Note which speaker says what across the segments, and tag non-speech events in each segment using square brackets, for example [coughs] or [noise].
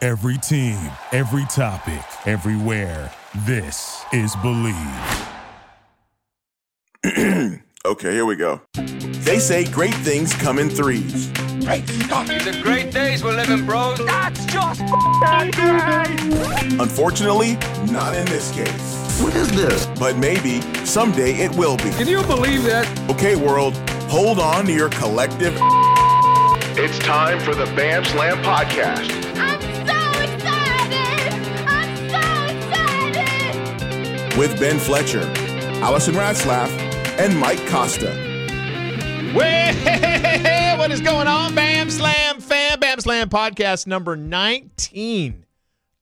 Speaker 1: Every team, every topic, everywhere. This is Believe.
Speaker 2: Okay, here we go. They say great things come in threes.
Speaker 3: The great days we're living, bros. That's just
Speaker 2: Unfortunately, not in this case.
Speaker 4: What is this?
Speaker 2: But maybe someday it will be.
Speaker 3: Can you believe that?
Speaker 2: Okay, world, hold on to your collective.
Speaker 5: It's time for the Bam Slam Podcast.
Speaker 6: I'm so excited! I'm so excited!
Speaker 2: with Ben Fletcher, Allison Ratzlaff, and Mike Costa.
Speaker 7: Well, [laughs] what is going on, Bam Slam fam? Bam Slam podcast number 19.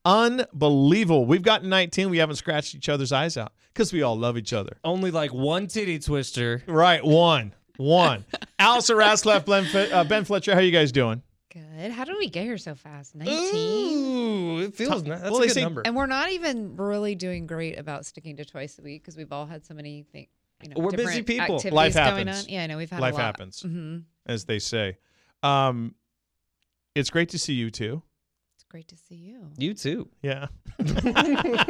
Speaker 7: Unbelievable. We've gotten 19. We haven't scratched each other's eyes out because we all love each other.
Speaker 8: only like one titty twister.
Speaker 7: Right. One.
Speaker 8: [laughs]
Speaker 7: One. Alistair Raslef, Ben, Fe- uh, ben Fletcher, how you guys doing?
Speaker 9: Good. How did we get here so fast? 19?
Speaker 8: Ooh, it feels nice. That's
Speaker 7: Well,
Speaker 8: a
Speaker 7: they
Speaker 8: good
Speaker 7: say-
Speaker 8: number.
Speaker 9: And we're not even really doing great about sticking to twice a week because we've all had so many things. You know,
Speaker 8: We're busy
Speaker 9: different
Speaker 8: people.
Speaker 9: Activities
Speaker 7: Life
Speaker 9: going
Speaker 7: happens.
Speaker 9: on. Yeah, I know we've had
Speaker 7: Life
Speaker 9: a lot.
Speaker 7: happens,
Speaker 9: hmm
Speaker 7: as they say. Um, it's great to see you too.
Speaker 9: It's great to see you.
Speaker 8: You too.
Speaker 7: Yeah.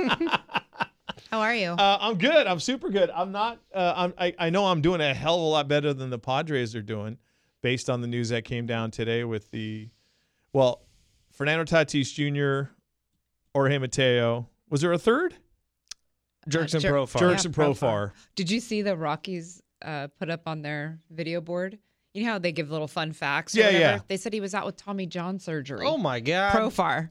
Speaker 9: How are you?
Speaker 7: Uh, I'm good. I'm super good. I'm not. Uh, I'm, I I know I'm doing a hell of a lot better than the Padres are doing, based on the news that came down today with the, well, Fernando Tatis Jr. Jorge Mateo. Was there a third?
Speaker 8: Jerks
Speaker 9: Uh,
Speaker 8: and
Speaker 9: jer-
Speaker 8: profile.
Speaker 7: Jerks
Speaker 9: Yeah,
Speaker 7: and Profar.
Speaker 9: Did you see the Rockies uh, put up on their video board? You know how they give little fun facts? or
Speaker 7: Yeah,
Speaker 9: whatever?
Speaker 7: yeah.
Speaker 9: They said he was out with Tommy John surgery.
Speaker 8: Oh my god.
Speaker 7: [laughs]
Speaker 9: Profar.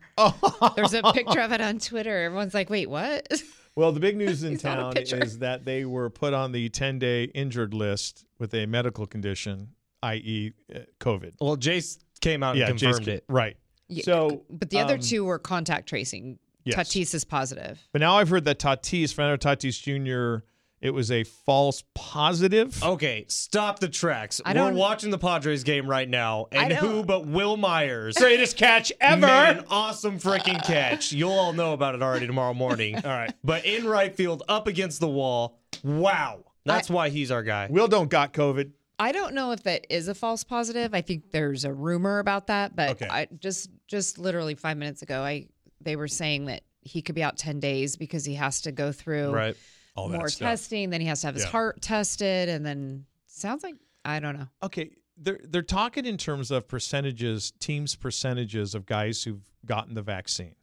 Speaker 9: There's a picture of it on Twitter. Everyone's like, wait, what? [laughs]
Speaker 7: Well, the
Speaker 8: [laughs]
Speaker 7: big news in
Speaker 9: not a
Speaker 7: town
Speaker 9: pitcher.
Speaker 7: is that they were put on the 10 day injured list with a medical condition, i.e., uh, COVID.
Speaker 8: Well, Jace came out and confirmed
Speaker 7: Jason-
Speaker 8: it.
Speaker 7: Right.
Speaker 9: Yeah,
Speaker 7: So,
Speaker 9: but the other
Speaker 7: um,
Speaker 9: two were contact tracing.
Speaker 7: Yes.
Speaker 9: Tatis is positive.
Speaker 7: But now I've heard that Tatis, Fernando Tatis Jr., it was a false positive.
Speaker 8: Okay, stop the tracks.
Speaker 9: I
Speaker 8: We're
Speaker 9: don't-
Speaker 8: watching the Padres game right now, and
Speaker 9: I don't-
Speaker 8: who but Will Myers
Speaker 7: greatest catch ever.
Speaker 8: made an awesome freaking catch. You'll all know about it already tomorrow morning. [laughs] all right, but in right field, up against the wall. Wow, that's why he's our guy.
Speaker 7: Will don't got COVID.
Speaker 9: I don't know if that is a false positive. I think there's a rumor about that, but
Speaker 7: Okay.
Speaker 9: I just just literally five minutes ago, I they were saying that he could be out ten days because he has to go through
Speaker 8: Right.
Speaker 7: All
Speaker 9: more testing. Then he has to have his
Speaker 7: Yeah.
Speaker 9: heart tested, and then sounds like I don't know.
Speaker 7: Okay, they're they're talking in terms of percentages, teams percentages of guys who've gotten the vaccine,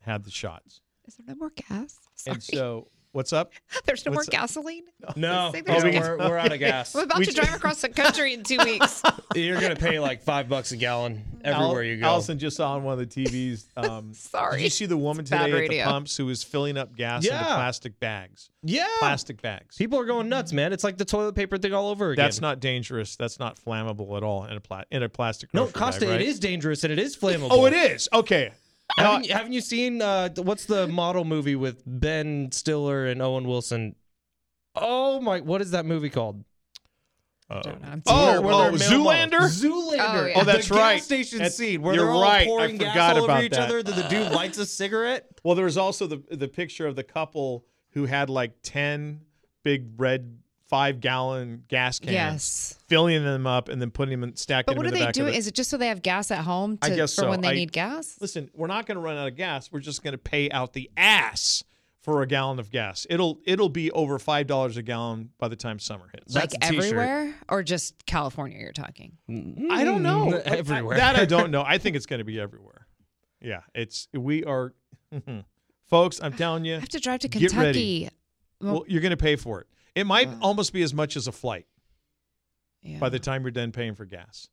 Speaker 7: had the shots,
Speaker 9: Is there no more gas? Sorry.
Speaker 7: and so what's up?
Speaker 9: [laughs] there's no more
Speaker 7: what's-
Speaker 9: gasoline.
Speaker 8: No, Oh,
Speaker 9: Say
Speaker 8: no,
Speaker 9: there's gas.
Speaker 8: we're, we're [laughs] out of gas.
Speaker 9: I'm about
Speaker 7: We
Speaker 9: to
Speaker 7: ju-
Speaker 9: drive across the country in two
Speaker 7: [laughs]
Speaker 9: weeks.
Speaker 8: You're gonna pay [laughs] like five bucks a gallon everywhere
Speaker 7: Al-
Speaker 8: you go.
Speaker 7: Allison just saw on one of the
Speaker 9: [laughs]
Speaker 7: TVs. Um, Did
Speaker 9: Sorry.
Speaker 7: you see the woman
Speaker 9: It's bad
Speaker 7: today at the
Speaker 9: radio.
Speaker 7: pumps who was filling up gas into
Speaker 8: Yeah.
Speaker 7: plastic bags?
Speaker 8: yeah,
Speaker 7: Plastic bags.
Speaker 8: people are going nuts, man. It's like the toilet paper thing all over again.
Speaker 7: That's not dangerous. That's not flammable at all in a pla- in a plastic.
Speaker 8: no
Speaker 7: grocery
Speaker 8: Costa.
Speaker 7: bag, right?
Speaker 8: It is dangerous and it is flammable.
Speaker 7: Oh, it is. Okay. Now,
Speaker 8: Haven't, you- haven't you seen uh, th- what's the model movie with Ben Stiller and Owen Wilson? Oh my! What is that movie called?
Speaker 9: I don't know. I'm
Speaker 7: Oh,
Speaker 8: Where- where
Speaker 7: oh,
Speaker 8: they're male models.
Speaker 7: Zoolander?
Speaker 8: Zoolander.
Speaker 9: Oh, yeah. Oh,
Speaker 7: that's
Speaker 8: the
Speaker 7: right.
Speaker 8: Gas station
Speaker 7: That's-
Speaker 8: scene where
Speaker 7: you're
Speaker 8: they're all
Speaker 7: right. I
Speaker 8: pouring
Speaker 7: forgot
Speaker 8: gas all
Speaker 7: about
Speaker 8: over each
Speaker 7: that.
Speaker 8: other. That the dude lights a cigarette.
Speaker 7: Well, there was also the the picture of the couple who had like ten big red five gallon gas cans,
Speaker 9: Yes.
Speaker 7: filling them up and then putting them in, stacking
Speaker 9: But
Speaker 7: them
Speaker 9: what are
Speaker 7: in the
Speaker 9: they
Speaker 7: back
Speaker 9: doing?
Speaker 7: of the.
Speaker 9: Is it just so they have gas at home
Speaker 7: I
Speaker 9: to,
Speaker 7: guess
Speaker 9: for
Speaker 7: so.
Speaker 9: when they
Speaker 7: I-
Speaker 9: need gas?
Speaker 7: Listen, we're not going to run out of gas. We're just going to pay out the ass for a gallon of gas. It'll it'll be over five dollars a gallon by the time summer hits.
Speaker 9: like
Speaker 8: That's a t-shirt.
Speaker 9: everywhere or just California you're talking.
Speaker 7: I don't know.
Speaker 8: Mm,
Speaker 7: [laughs] Like, I-
Speaker 8: everywhere.
Speaker 7: that I
Speaker 8: [laughs]
Speaker 7: don't know. I think it's going to be everywhere. Yeah, it's we are, [laughs] folks. I'm telling you.
Speaker 9: I have to drive to
Speaker 7: Get
Speaker 9: Kentucky. Well- Mm.
Speaker 7: Well, you're going to pay for it. It might almost be as much as a flight
Speaker 9: Yeah.
Speaker 7: by the time you're done paying for gas.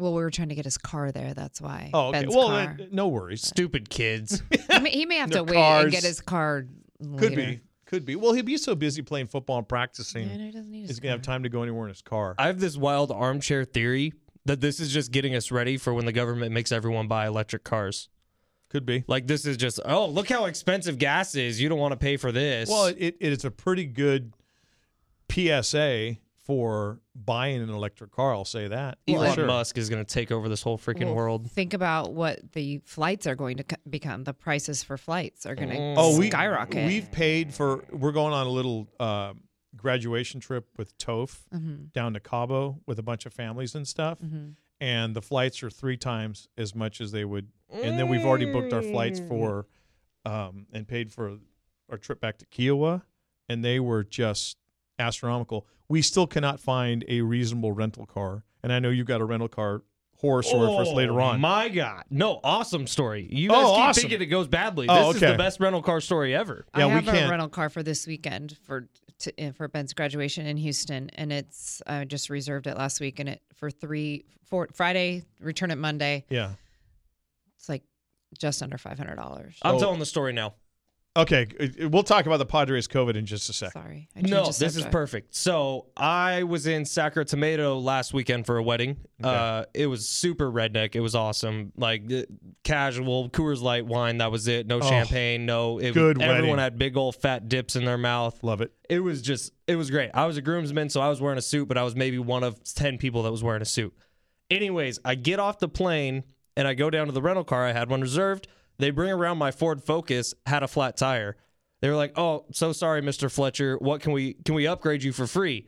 Speaker 9: well, we were trying to get his car there. That's why.
Speaker 7: Oh, okay.
Speaker 9: Ben's
Speaker 7: well,
Speaker 9: car.
Speaker 7: then, no worries.
Speaker 8: Stupid kids.
Speaker 9: he, may, he may have
Speaker 7: Their
Speaker 9: to wait and
Speaker 7: cars.
Speaker 9: get his car.
Speaker 7: Could
Speaker 9: later.
Speaker 7: be. Could be. Well, he'd be so busy playing football and
Speaker 9: Yeah,
Speaker 7: practicing,
Speaker 9: no, he doesn't need his
Speaker 7: he's going to have time to go anywhere in his car.
Speaker 8: I have this wild armchair theory that this is just getting us ready for when the government makes everyone buy electric cars.
Speaker 7: Could be.
Speaker 8: Like this is just oh look how expensive gas is. You don't want to pay for this.
Speaker 7: Well, it, it is a pretty good PSA for buying an electric car. I'll say that.
Speaker 8: Elon
Speaker 7: Sure.
Speaker 8: Musk is going to take over this whole freaking
Speaker 9: Well,
Speaker 8: world.
Speaker 9: Think about what the flights are going to co- become. The prices for flights are going to
Speaker 7: Oh, we
Speaker 9: skyrocket.
Speaker 7: We've paid for. We're going on a little uh,
Speaker 9: Mm-hmm.
Speaker 7: graduation trip with Toph down to Cabo with a bunch of families and stuff, and the flights are three times as much as they would. And then we've already booked our flights
Speaker 9: Mm.
Speaker 7: for, um, and paid for our trip back to Kiowa, and they were just astronomical. We still cannot find a reasonable rental car, and I know you got a rental car horror story for
Speaker 9: Oh,
Speaker 7: us later on.
Speaker 8: Oh My God. No, awesome story. You guys
Speaker 7: Oh,
Speaker 8: keep
Speaker 7: awesome.
Speaker 8: thinking it goes badly.
Speaker 7: Oh,
Speaker 8: this is
Speaker 7: okay.
Speaker 8: the best rental car story ever.
Speaker 7: Yeah,
Speaker 9: I
Speaker 7: we
Speaker 9: have
Speaker 7: can't-
Speaker 9: a rental car for this weekend for to, uh, for Ben's graduation in Houston, and it's I just reserved it last week, and it for three for Friday, return it Monday.
Speaker 7: yeah.
Speaker 9: It's like just under five hundred dollars.
Speaker 7: Oh,
Speaker 8: I'm telling the story now.
Speaker 7: Okay, uh, we'll talk about the Padres COVID in just a sec.
Speaker 9: Sorry, I changed
Speaker 8: No,
Speaker 9: the
Speaker 8: this is
Speaker 9: subject.
Speaker 8: perfect. So I was in Sacra Tomato last weekend for a wedding. Uh, it was super redneck. It was awesome. Like uh, casual Coors Light wine. That was it. No champagne. No. It,
Speaker 7: Oh, good
Speaker 8: Everyone
Speaker 7: wedding.
Speaker 8: had big old fat dips in their mouth.
Speaker 7: Love
Speaker 9: [laughs]
Speaker 7: it.
Speaker 8: It was just. It was great. I was a groomsman, so I was wearing a suit, but I was maybe one of ten people that was wearing a suit. Anyways, I get off the plane and I go down to the rental car. I had one reserved. They bring around my Ford Focus, had a flat tire. They were like, "Oh, so sorry, Mr. Fletcher. What can we can we upgrade you for free?"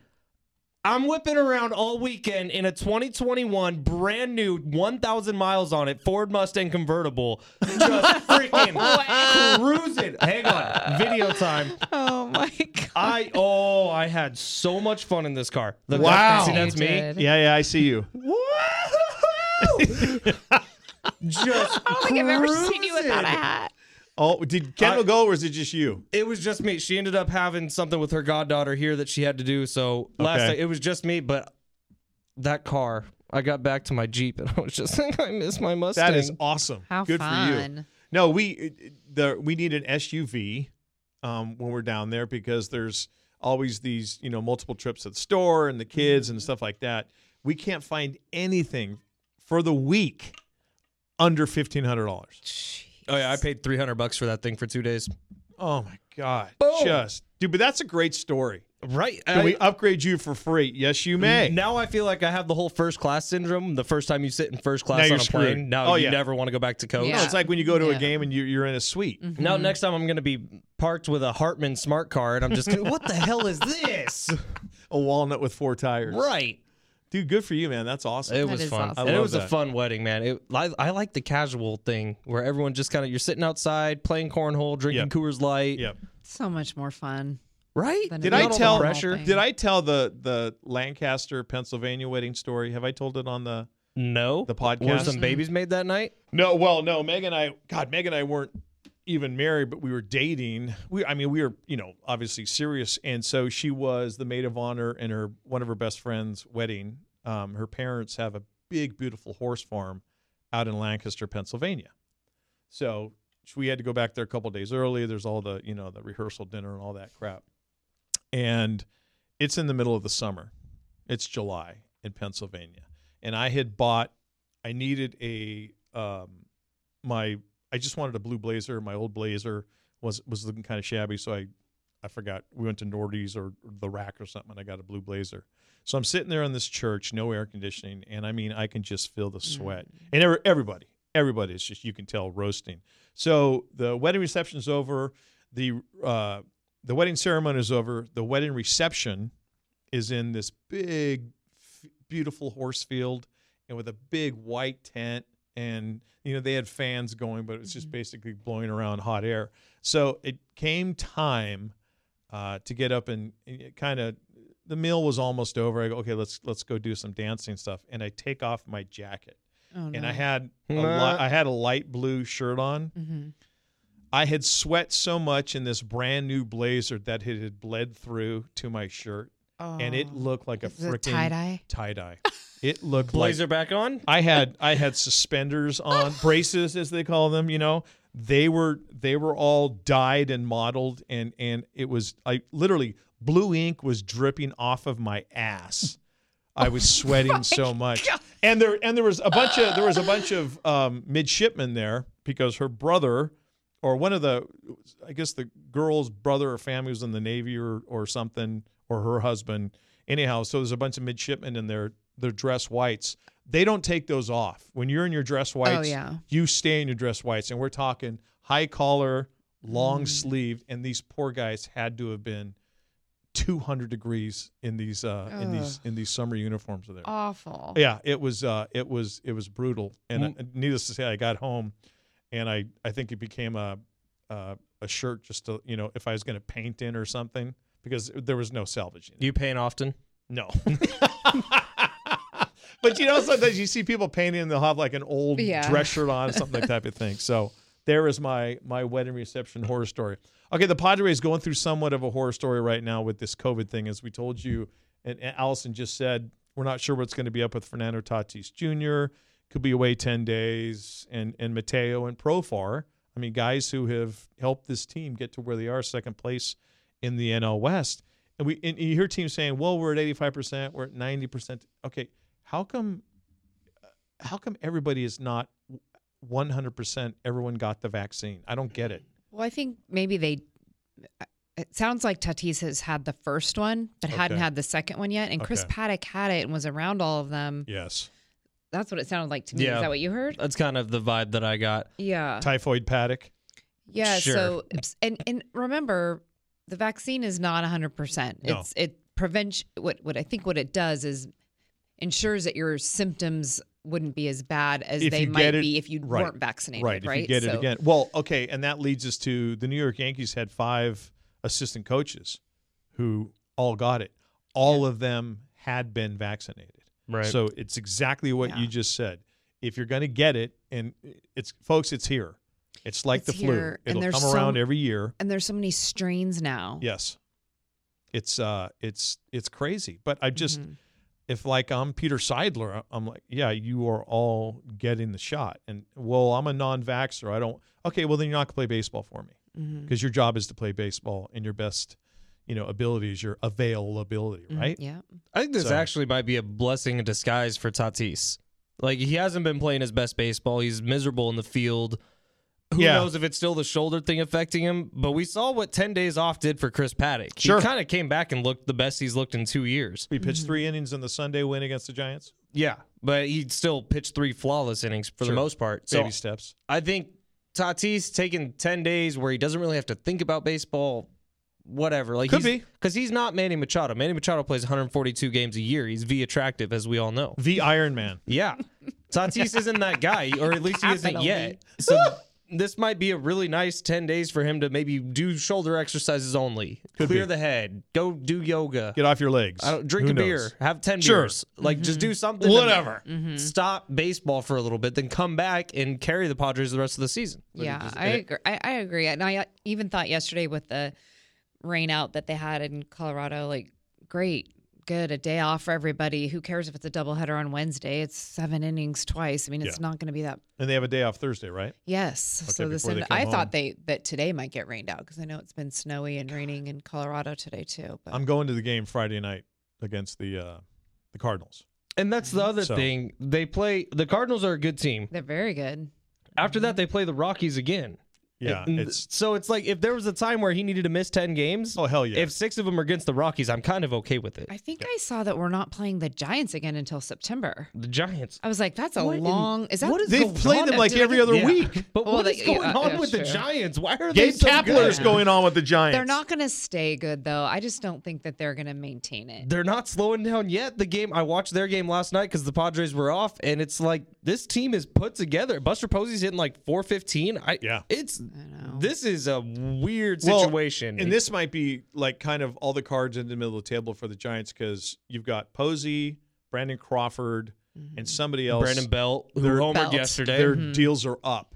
Speaker 8: I'm whipping around all weekend in a 2021 brand new 1,000 miles on it Ford Mustang convertible, just freaking cruising. Hang on, video time.
Speaker 7: [laughs]
Speaker 9: Oh my god!
Speaker 8: I oh, I had so much fun in this car. The
Speaker 7: Wow.
Speaker 8: see, that's
Speaker 9: You
Speaker 8: me.
Speaker 9: did.
Speaker 7: Yeah, yeah, I see you.
Speaker 8: Just
Speaker 9: I don't think I've ever seen you without a hat.
Speaker 7: Oh, did Kendall
Speaker 8: I-
Speaker 7: go or is it just you?
Speaker 8: It was just me. She ended up having something with her goddaughter here that she had to do. So last
Speaker 7: Okay.
Speaker 8: night it was just me, but that car. I got back to my Jeep and [laughs] I was just like, I miss my Mustang.
Speaker 7: That is awesome.
Speaker 9: How
Speaker 7: Good for you.
Speaker 9: fun.
Speaker 7: No, we it- it- the we need an SUV um, when we're down there because there's always these you know multiple trips to the store and the kids
Speaker 9: Mm-hmm.
Speaker 7: and stuff like that. We can't find anything for the week under fifteen hundred dollars.
Speaker 8: Oh yeah, I paid 300 bucks for that thing for 2 days.
Speaker 7: Oh my god!
Speaker 8: Boom.
Speaker 7: Just dude, but that's a great story.
Speaker 8: Right.
Speaker 7: Can we upgrade you for free? Yes, you may.
Speaker 8: Now I feel like I have the whole first class syndrome. The first time you sit in first class
Speaker 7: Now
Speaker 8: on
Speaker 7: you're
Speaker 8: a
Speaker 7: screwed.
Speaker 8: plane, now
Speaker 7: Oh,
Speaker 8: you
Speaker 7: yeah.
Speaker 8: never want to go back to coach.
Speaker 9: Yeah.
Speaker 7: No, it's like when you go to a
Speaker 9: Yeah. Mm-hmm.
Speaker 7: game and you, you're in a suite.
Speaker 8: Mm-hmm. Now next time I'm going to be parked with a Hartman smart car and I'm just going, what the hell is this? [laughs]
Speaker 7: A walnut with four tires.
Speaker 8: Right.
Speaker 7: Dude, good for you, man. That's awesome.
Speaker 8: It
Speaker 9: That
Speaker 8: was
Speaker 9: is
Speaker 8: fun.
Speaker 9: awesome.
Speaker 8: And
Speaker 7: I
Speaker 8: it
Speaker 7: love
Speaker 8: was a
Speaker 7: that.
Speaker 8: fun wedding, man. It, I, I like the casual thing where everyone just kind of you're sitting outside playing cornhole, drinking
Speaker 7: Yep.
Speaker 8: Coors Light.
Speaker 7: Yep.
Speaker 9: So much more fun.
Speaker 8: Right?
Speaker 9: Then
Speaker 7: Did
Speaker 9: Not
Speaker 7: I
Speaker 9: all the
Speaker 7: tell
Speaker 9: pressure.
Speaker 7: Did I tell the the Lancaster, Pennsylvania wedding story? Have I told it on the
Speaker 8: No.
Speaker 7: the
Speaker 8: Were
Speaker 7: podcast?
Speaker 8: some babies made that night?
Speaker 7: no, well, no. Meg and I, God, Meg and I weren't even married, but we were dating. We, I mean, we were, you know, obviously serious. And so she was the maid of honor in her one of her best friend's wedding. Um, her parents have a big, beautiful horse farm out in Lancaster, Pennsylvania. So we had to go back there a couple days early. There's all the, you know, the rehearsal dinner and all that crap. And it's in the middle of the summer. It's July in Pennsylvania. And I had bought, I needed a, um, my, I just wanted a blue blazer. My old blazer was, was looking kind of shabby. So I, I forgot. We went to Nordy's or, or the rack or something. And I got a blue blazer. So I'm sitting there in this church, no air conditioning. And I mean, I can just feel the sweat. And every, everybody, everybody, it's just, you can tell roasting. So the wedding reception's over. The, uh, the wedding ceremony is over. The wedding reception is in this big, f- beautiful horse field, and with a big white tent. And you know they had fans going, but it was
Speaker 9: Mm-hmm.
Speaker 7: just basically blowing around hot air. So it came time uh, to get up and, kind of the meal was almost over. I go, okay, let's let's go do some dancing stuff. And I take off my jacket,
Speaker 9: Oh no.
Speaker 7: and I had a li-
Speaker 8: Nah.
Speaker 7: I had a light blue shirt on.
Speaker 9: Mhm.
Speaker 7: I had sweat so much in this brand new blazer that it had bled through to my shirt, and it
Speaker 9: Oh.
Speaker 7: looked like a
Speaker 9: Is it
Speaker 7: freaking
Speaker 9: tie dye.
Speaker 7: Tie dye. It looked
Speaker 8: Blazer
Speaker 7: like
Speaker 8: back on?
Speaker 7: I had I had suspenders on braces as they call them. You know, they were they were all dyed and modeled, and and it was I literally blue ink was dripping off of my ass. I was sweating so much. And there and there was a bunch of there was a bunch of um, midshipmen there because her brother or one of the I guess the girl's brother or family was in the Navy or or something or her husband. Anyhow, so there's a bunch of midshipmen in their their dress whites. They don't take those off. When you're in your dress whites,
Speaker 9: Oh, yeah.
Speaker 7: you stay in your dress whites. And we're talking high collar, long sleeved, and these poor guys had to have been 200 degrees in these uh, in these in these summer uniforms of theirs.
Speaker 9: Awful.
Speaker 7: Yeah, it was uh, it was it was brutal, and uh, needless to say, I got home, and I I think it became a uh, a shirt just to you know if I was going to paint in or something because there was no salvaging.
Speaker 8: Do you paint often?
Speaker 7: No. [laughs] but you know, sometimes you see people painting and they'll have like an old
Speaker 9: Yeah.
Speaker 7: dress shirt on, something like type of thing. So there is my my wedding reception horror story. Okay, the Padres going through somewhat of a horror story right now with this COVID thing, as we told you, and and Allison just said we're not sure what's going to be up with Fernando Tatis Jr. Could be away ten days, and and Mateo and Profar. I mean, guys who have helped this team get to where they are, second place in the NL West. And we and you hear teams saying, "Well, we're at 85%, we're at 90%." Okay, how come uh, how come everybody is not 100% everyone got the vaccine? I don't get it.
Speaker 9: Well, I think maybe they. uh, It sounds like Tatis has had the first one, but hadn't
Speaker 7: Okay.
Speaker 9: had the second one yet. And Chris
Speaker 7: Okay.
Speaker 9: Paddock had it and was around all of them.
Speaker 7: Yes.
Speaker 9: That's what it sounded like to me.
Speaker 8: Yeah.
Speaker 9: Is that what you heard?
Speaker 8: That's kind of the vibe that I got.
Speaker 9: Yeah.
Speaker 7: Typhoid Paddock.
Speaker 9: Yeah.
Speaker 8: Sure.
Speaker 9: So it's- and and remember, the vaccine is not hundred percent.
Speaker 7: No.
Speaker 9: It's it prevents what what I think what it does is ensures that your symptoms wouldn't be as bad as
Speaker 7: If
Speaker 9: they
Speaker 7: you
Speaker 9: might
Speaker 7: get it-
Speaker 9: be if you
Speaker 7: right.
Speaker 9: weren't vaccinated.
Speaker 7: Right,
Speaker 9: Right.
Speaker 7: if you get it
Speaker 9: So-
Speaker 7: again. Well, okay, and that leads us to the New York Yankees had 5 assistant coaches who all got it. All of them had been vaccinated.
Speaker 8: Right.
Speaker 7: So it's exactly what you
Speaker 9: Yeah.
Speaker 7: just said. If you're going to get it and it's folks, it's here. It's like the
Speaker 9: It's
Speaker 7: flu.
Speaker 9: here, and
Speaker 7: It'll
Speaker 9: there's
Speaker 7: come around
Speaker 9: so-
Speaker 7: every year.
Speaker 9: And there's so many strains now.
Speaker 7: Yes. It's uh it's it's crazy. But I just
Speaker 9: Mm-hmm.
Speaker 7: if like I'm Peter Seidler, I'm like, yeah, you are all getting the shot. And well, I'm a non vaxxer. I don't okay, well then you're not gonna play baseball for me.
Speaker 9: Mm-hmm. Mm.
Speaker 7: Because your job is to play baseball and your best, you know, ability is your availability, right?
Speaker 9: Mm-hmm. Yeah.
Speaker 8: I think this
Speaker 7: So-
Speaker 8: actually might be a blessing in disguise for Tatis. Like he hasn't been playing his best baseball. He's miserable in the field. Who
Speaker 7: Yeah.
Speaker 8: knows if it's still the shoulder thing affecting him? But we saw what ten days off did for Chris Paddock.
Speaker 7: Sure.
Speaker 8: He kind of came back and looked the best he's looked in two years.
Speaker 7: We pitched three
Speaker 9: Mm-hmm.
Speaker 7: innings in the Sunday win against the Giants.
Speaker 8: Yeah, but he still pitched three flawless innings for
Speaker 7: Sure.
Speaker 8: the most part. So
Speaker 7: Baby steps.
Speaker 8: I think Tatis taking 10 days where he doesn't really have to think about baseball, whatever. Like
Speaker 7: Could be.
Speaker 8: Because he's not Manny Machado. Manny Machado plays 142 games a year. He's V attractive, as we all know.
Speaker 7: The Iron Man.
Speaker 8: Yeah. Tatis isn't that guy, or at least he isn't
Speaker 9: Capital
Speaker 8: yet.
Speaker 9: V.
Speaker 8: So this might be a really nice 10 days for him to maybe do shoulder exercises only, clear the head, go do yoga.
Speaker 7: Get off your legs.
Speaker 8: I don't drink
Speaker 7: Who
Speaker 8: a beer,
Speaker 7: knows?
Speaker 8: have ten
Speaker 7: Sure.
Speaker 8: beers, like just
Speaker 9: Mm-hmm.
Speaker 8: do something, to
Speaker 7: Whatever.
Speaker 8: Stop baseball for a little bit, then come back and carry the Padres the rest of the season.
Speaker 9: yeah. I agree. I, I agree. And I even thought yesterday with the rain out that they had in Colorado, like, great, good, a day off for everybody. Who cares if it's a doubleheader on Wednesday? It's seven innings twice. I mean, it's
Speaker 7: Yeah.
Speaker 9: not going to be that.
Speaker 7: And they have a day off Thursday, right?
Speaker 9: Yes. so this,
Speaker 7: before they
Speaker 9: and
Speaker 7: come
Speaker 9: I
Speaker 7: home.
Speaker 9: thought they that today might get rained out because I know it's been snowy and raining in Colorado today too. But
Speaker 7: I'm going to the game Friday night against the uh the Cardinals.
Speaker 8: And that's the other
Speaker 7: So-
Speaker 8: thing. They play the Cardinals are a good team.
Speaker 9: they're very good.
Speaker 8: After that, they play the Rockies again.
Speaker 7: Yeah,
Speaker 8: And-
Speaker 7: it's
Speaker 8: so it's like if there was a time where he needed to miss ten games.
Speaker 7: Oh, hell yeah.
Speaker 8: If six of them are against the Rockies, I'm kind of okay with it.
Speaker 9: I think I saw that we're not playing the Giants again until September.
Speaker 8: The Giants.
Speaker 9: I was like, that's a
Speaker 8: What in-
Speaker 9: long. is that
Speaker 8: what is
Speaker 7: They've
Speaker 8: going
Speaker 7: played
Speaker 8: on?
Speaker 7: them like
Speaker 8: Did I
Speaker 7: every
Speaker 8: get-
Speaker 7: other
Speaker 8: Yeah.
Speaker 7: week.
Speaker 8: [laughs] But
Speaker 9: Well,
Speaker 8: what is
Speaker 9: they-
Speaker 8: going
Speaker 9: yeah,
Speaker 8: on
Speaker 9: that's
Speaker 8: with the
Speaker 9: true.
Speaker 8: Giants? Why are they
Speaker 7: Gabe
Speaker 8: so
Speaker 7: Kapler's
Speaker 8: good?
Speaker 7: going on with the Giants.
Speaker 9: They're not going to stay good though. I just don't think that they're going to maintain it.
Speaker 8: they're not slowing down yet. The game I watched their game last night because the Padres were off, and it's like this team is put together. Buster Posey's hitting like 415. I
Speaker 7: Yeah.
Speaker 8: it's
Speaker 9: know.
Speaker 8: this is a weird
Speaker 7: Well,
Speaker 8: situation.
Speaker 7: and this might be like kind of all the cards in the middle of the table for the Giants because you've got Posey, Brandon Crawford,
Speaker 9: Mm-hmm.
Speaker 7: and somebody else.
Speaker 8: Brandon Belt who
Speaker 7: They're-
Speaker 8: homered
Speaker 9: Belt.
Speaker 8: yesterday.
Speaker 7: their
Speaker 9: Mm-hmm.
Speaker 7: deals are up.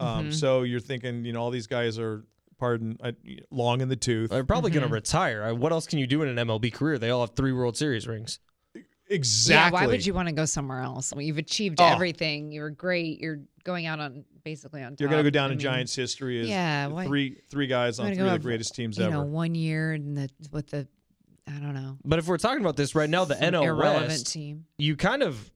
Speaker 7: Um, So you're thinking, you know, all these guys are, pardon, I, long in the tooth.
Speaker 8: they're probably going
Speaker 9: Mm-hmm.
Speaker 8: to retire. I- What else can you do in an MLB career? They all have three World Series rings.
Speaker 7: exactly.
Speaker 9: Yeah, why would you want to go somewhere else? Well, you've achieved
Speaker 7: Oh.
Speaker 9: everything. You're great. You're going out on basically on.
Speaker 7: You're
Speaker 9: going
Speaker 7: go
Speaker 9: to
Speaker 7: down
Speaker 9: Uh, I
Speaker 7: in
Speaker 9: mean,
Speaker 7: Giants history as
Speaker 9: Yeah, why-
Speaker 7: three three guys on
Speaker 9: I'm
Speaker 7: three
Speaker 9: gonna
Speaker 7: of
Speaker 9: go
Speaker 7: the
Speaker 9: have,
Speaker 7: greatest teams
Speaker 9: You
Speaker 7: ever.
Speaker 9: know, one year and the with the, I don't know,
Speaker 8: But if we're talking about this right now, the
Speaker 9: an
Speaker 8: NL
Speaker 9: irrelevant
Speaker 8: West,
Speaker 9: team.
Speaker 8: you kind of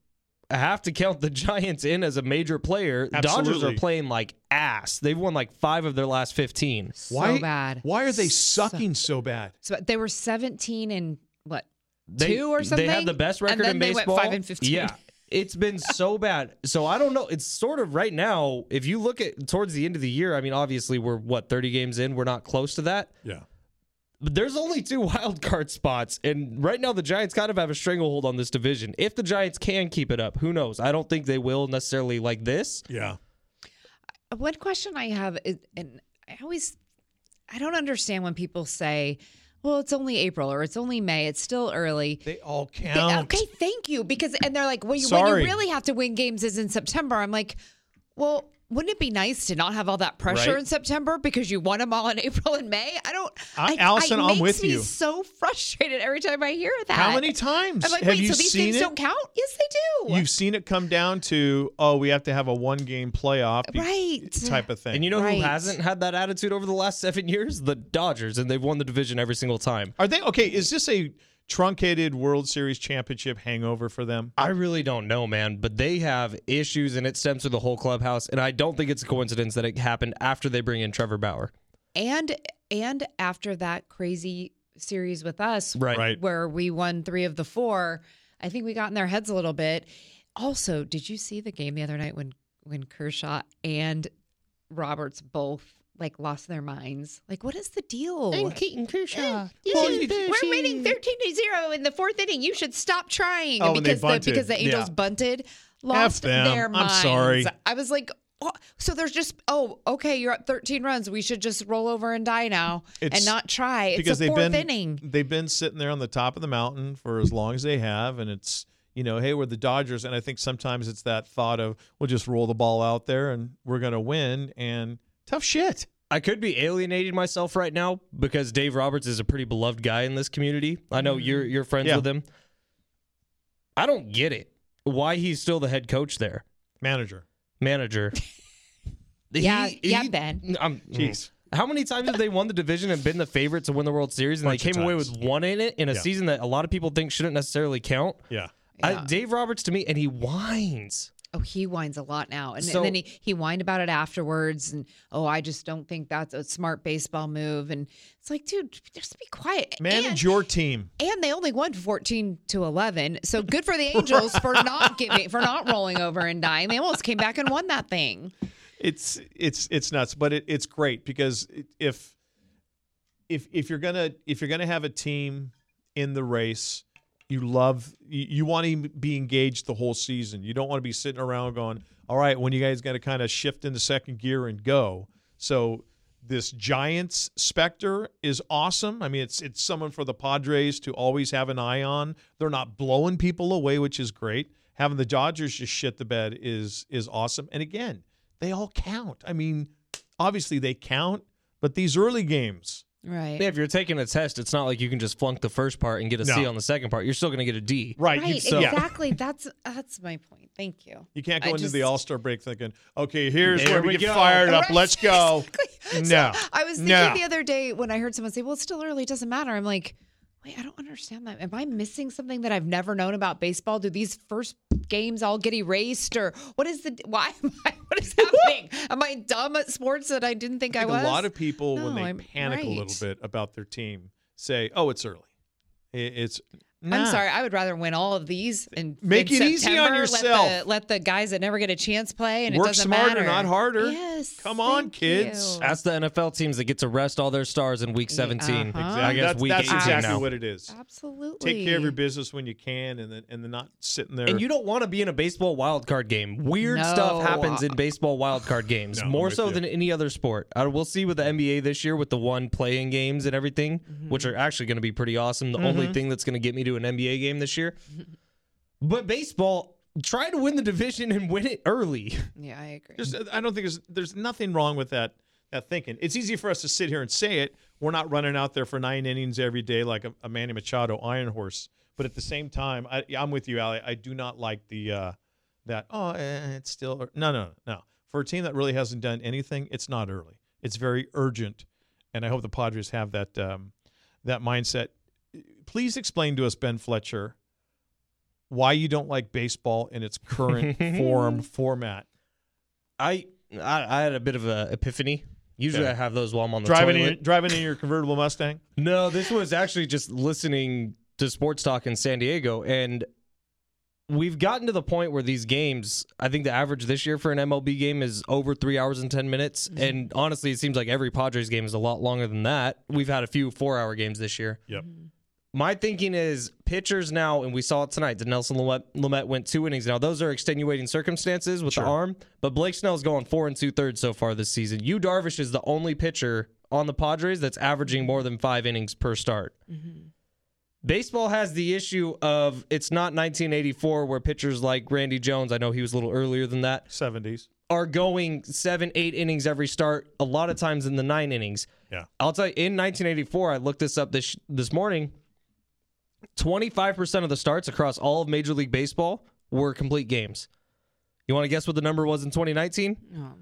Speaker 8: have to count the [laughs] Giants in as a major player. Dodgers
Speaker 7: Absolutely.
Speaker 8: are playing like ass. They've won like five of their last 15.
Speaker 7: why,
Speaker 9: so bad.
Speaker 7: Why are they
Speaker 9: So-
Speaker 7: sucking so bad?
Speaker 9: So they were 17 and what
Speaker 8: they,
Speaker 9: two or something.
Speaker 8: They had the best record
Speaker 9: and then
Speaker 8: in
Speaker 9: they
Speaker 8: baseball.
Speaker 9: Went five and 15.
Speaker 8: Yeah. It's been so [laughs] bad. So I don't know. It's sort of right now, if you look at towards the end of the year, I mean, obviously we're what, 30 games in? We're not close to that.
Speaker 7: Yeah.
Speaker 8: But there's only two [laughs] wild card spots, and right now the Giants kind of have a stranglehold on this division. If the Giants can keep it up, who knows? I don't think they will necessarily like this.
Speaker 7: Yeah.
Speaker 9: One question I have is, and I always, I don't understand when people say, well, it's only April or it's only May. It's still early.
Speaker 7: They all
Speaker 9: They-
Speaker 7: count.
Speaker 9: okay, thank you. Because, and they're like, well, you, when you
Speaker 7: Sorry.
Speaker 9: really have to win games is in September. I'm like, well, wouldn't it be nice to not have all that pressure
Speaker 8: Right.
Speaker 9: in September because you won them all in [laughs] April and May? I don't.
Speaker 7: I-
Speaker 9: I,
Speaker 7: Uh, Allison,
Speaker 9: it
Speaker 7: I'm
Speaker 9: makes
Speaker 7: with
Speaker 9: me
Speaker 7: you.
Speaker 9: So frustrated every time I hear that.
Speaker 7: How many times
Speaker 9: I'm like,
Speaker 7: have
Speaker 9: wait,
Speaker 7: you
Speaker 9: so these
Speaker 7: seen
Speaker 9: things
Speaker 7: it?
Speaker 9: don't count? Yes, they do.
Speaker 7: You've seen it come down to oh, we have to have a one game playoff, be-
Speaker 9: Right.
Speaker 7: Type of thing.
Speaker 8: And you know who
Speaker 9: Right.
Speaker 8: hasn't had that attitude over the last seven years? The Dodgers, and they've won the division every single time.
Speaker 7: are they okay? Is this a truncated World Series championship hangover for them?
Speaker 8: I really don't know, man, but they have issues, and it stems through the whole clubhouse. And I don't think it's a coincidence that it happened after they bring in Trevor Bauer.
Speaker 9: and and after that crazy series with us
Speaker 8: Right. Right.
Speaker 9: where we won three of the four i think we got in their heads a little bit also did you see the game the other night when when kershaw and roberts both like lost their minds like what is the deal
Speaker 8: Keaton Kershaw.
Speaker 9: Well, you- we're winning 13 to 0 in the fourth inning. You should stop trying.
Speaker 7: Oh, and they
Speaker 9: because, the,
Speaker 7: bunted.
Speaker 9: because the Angels
Speaker 7: Yeah.
Speaker 9: bunted, lost
Speaker 7: them.
Speaker 9: their
Speaker 7: I'm
Speaker 9: minds.
Speaker 7: sorry.
Speaker 9: I was like, oh, so there's just, oh, okay, you're up 13 runs. We should just roll over and die now
Speaker 7: It's-
Speaker 9: and not try. It's
Speaker 7: because
Speaker 9: a
Speaker 7: they've
Speaker 9: fourth
Speaker 7: been
Speaker 9: inning.
Speaker 7: they've been sitting there on the top of the mountain for as long as they have, and it's you know, hey, we're the Dodgers, and I think sometimes it's that thought of we'll just roll the ball out there and we're gonna win, and tough shit.
Speaker 8: I could be alienating myself right now because Dave Roberts is a pretty beloved guy in this community. I know you're you're friends
Speaker 7: Yeah.
Speaker 8: with him. I don't get it. Why he's still the head coach there,
Speaker 7: Manager,
Speaker 9: [laughs]
Speaker 8: manager.
Speaker 9: Yeah, yeah, Ben.
Speaker 8: I'm,
Speaker 7: Jeez.
Speaker 8: How many times have they won the division and been the favorite to win the World Series and
Speaker 7: Bunch
Speaker 8: they
Speaker 7: of
Speaker 8: came away
Speaker 7: times.
Speaker 8: with one in it in a
Speaker 7: Yeah.
Speaker 8: season that a lot of people think shouldn't necessarily count?
Speaker 7: yeah.
Speaker 8: I,
Speaker 9: Yeah.
Speaker 8: Dave Roberts to me, and he whines.
Speaker 9: Oh, he whines a lot now. And, and
Speaker 8: So-
Speaker 9: then he, he whined about it afterwards. And, oh, I just don't think that's a smart baseball move. And it's like, dude, just be quiet.
Speaker 7: Manage
Speaker 9: And-
Speaker 7: your team.
Speaker 9: and they only won 14 to 11 so good for the angels
Speaker 7: [laughs]
Speaker 9: for not giving for not rolling over and dying they almost came back and won that thing
Speaker 7: it's it's it's nuts but it, it's great because i- if if if you're gonna if you're gonna have a team in the race you love you, you want to be engaged the whole season you don't want to be sitting around going all right when you guys got to kind of shift into second gear and go so this Giants specter is awesome. I mean, it's it's someone for the Padres to always have an eye on. They're not blowing people away, which is great. Having the Dodgers just shit the bed is is awesome. And again, they all count. I mean, obviously they count, but these early games,
Speaker 9: right
Speaker 8: Yeah, if you're taking a test, it's not like you can just flunk the first part and get a C
Speaker 7: No.
Speaker 8: on the second part. You're still going to get a D.
Speaker 7: right?
Speaker 9: right
Speaker 7: you, yeah.
Speaker 9: exactly that's that's my point thank you
Speaker 7: You can't go
Speaker 9: I
Speaker 7: into
Speaker 9: just-
Speaker 7: the All Star break thinking, okay, here's
Speaker 8: There
Speaker 7: where we,
Speaker 8: we
Speaker 7: get
Speaker 8: go.
Speaker 7: fired up. Let's go.
Speaker 9: Exactly. So
Speaker 7: No. [laughs]
Speaker 9: i was thinking
Speaker 7: No.
Speaker 9: the other day when i heard someone say well it's still early it doesn't matter i'm like wait i don't understand that am i missing something that i've never known about baseball do these first games all get erased or what is the why [laughs] am I, what is happening am i dumb at sports that i didn't think i,
Speaker 7: think
Speaker 9: was
Speaker 7: a lot of people when
Speaker 9: No,
Speaker 7: they
Speaker 9: I'm
Speaker 7: panic a
Speaker 9: right.
Speaker 7: little bit about their team say, "Oh, it's early." I- It's nah.
Speaker 9: I'm sorry. I would rather win all of these and
Speaker 7: Make
Speaker 9: in
Speaker 7: it easy on
Speaker 9: September, Let
Speaker 7: yourself.
Speaker 9: the, let the guys that never get a chance play and it
Speaker 7: Work
Speaker 9: doesn't
Speaker 7: smarter,
Speaker 9: matter.
Speaker 7: not harder.
Speaker 9: Yes.
Speaker 7: Come on,
Speaker 9: thank
Speaker 7: kids.
Speaker 9: you.
Speaker 8: That's the NFL teams that get to rest all their stars in week 17.
Speaker 9: uh-huh.
Speaker 7: Exactly.
Speaker 8: I guess
Speaker 7: that's,
Speaker 8: week
Speaker 7: that's
Speaker 8: 18
Speaker 7: exactly
Speaker 8: now.
Speaker 7: what it is.
Speaker 9: Absolutely.
Speaker 7: Take care of your business when you can, and then and then not sitting there.
Speaker 8: And you don't want to be in a baseball wild card game. Weird
Speaker 9: No.
Speaker 8: stuff happens in baseball wild card games,
Speaker 7: No, I'm
Speaker 8: more
Speaker 7: with
Speaker 8: so
Speaker 7: you.
Speaker 8: than any other sport. Uh, we'll see with the NBA this year with the one playing games and everything, which are actually going to be pretty awesome. The only thing that's going to get me to an NBA game this year. [laughs] But baseball, try to win the division and win it early.
Speaker 9: Yeah, I agree.
Speaker 7: There's, uh, I don't think there's there's nothing wrong with that that thinking. It's easy for us to sit here and say it. We're not running out there for nine innings every day like a, a Manny Machado Iron Horse. But at the same time, I, I'm with you, Ali. I do not like the uh, that. Oh, eh, it's still ear-" no, no, no. For a team that really hasn't done anything, it's not early. It's very urgent, and I hope the Padres have that um, that mindset. Please explain to us, Ben Fletcher, why you don't like baseball in its current form format.
Speaker 8: I I, I had a bit of a epiphany. Usually
Speaker 7: Okay.
Speaker 8: I have those while I'm on the
Speaker 7: driving
Speaker 8: toilet.
Speaker 7: in, driving in your convertible Mustang.
Speaker 8: No, this was actually just listening to sports talk in San Diego, and we've gotten to the point where these games, I think the average this year for an MLB game is over three hours and 10 minutes. And honestly, it seems like every Padres game is a lot longer than that. We've had a few four hour games this year.
Speaker 7: Yep.
Speaker 8: My thinking is pitchers now, and we saw it tonight. That Nelson Lamette, Lamette went two innings. Now those are extenuating circumstances with the arm, but Blake Snell's going four and two thirds so far this season. Yu Darvish is the only pitcher on the Padres that's averaging more than five innings per start. Baseball has the issue of it's not 1984 where pitchers like Randy Jones, I know he was a little earlier than that,
Speaker 7: 70s.
Speaker 8: are going seven, eight innings every start. A lot of times in the nine innings.
Speaker 7: Yeah.
Speaker 8: I'll tell you, in 1984, I looked this up this this morning. 25% of the starts across all of Major League Baseball were complete games. You want to guess what the number was in 2019?
Speaker 9: Oh,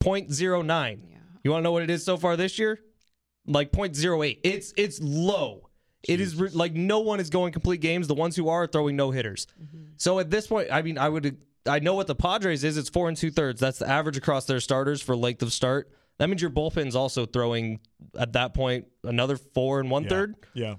Speaker 8: 0.09.
Speaker 9: yeah.
Speaker 8: You want to know what it is so far this year? Like 0.08. It's it's low. It is re- like no one is going complete games. The ones who are are throwing no hitters.
Speaker 9: Mm-hmm.
Speaker 8: So at this point, I mean, I would I know what the Padres is. It's four and two thirds. That's the average across their starters for length of start. That means your bullpen's also throwing at that point another four and one
Speaker 7: Yeah.
Speaker 8: third.
Speaker 7: Yeah.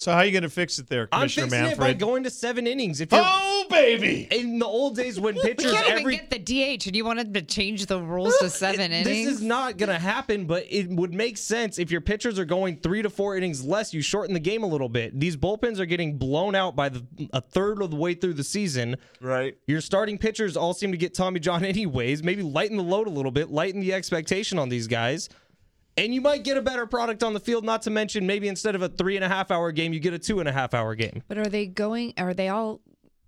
Speaker 7: So how you going to fix it there,
Speaker 8: I'm
Speaker 7: Commissioner
Speaker 8: fixing it by
Speaker 7: Manfred?
Speaker 8: going to seven innings. If you're
Speaker 7: oh, baby.
Speaker 8: in the old days when
Speaker 9: [laughs] We
Speaker 8: pitchers
Speaker 9: can't
Speaker 8: every
Speaker 9: even get the DH, and you wanted to change the rules to
Speaker 8: It-
Speaker 9: seven innings.
Speaker 8: This is not going to happen, but it would make sense if your pitchers are going three to four innings less. You shorten the game a little bit. These bullpens are getting blown out by the a third of the way through the season.
Speaker 2: Right.
Speaker 8: Your starting pitchers all seem to get Tommy John [laughs] anyways. Maybe lighten the load a little bit, lighten the expectation on these guys. And you might get a better product on the field, not to mention maybe instead of a three and a half hour game, you get a two and a half hour game.
Speaker 9: But are they going? Are they all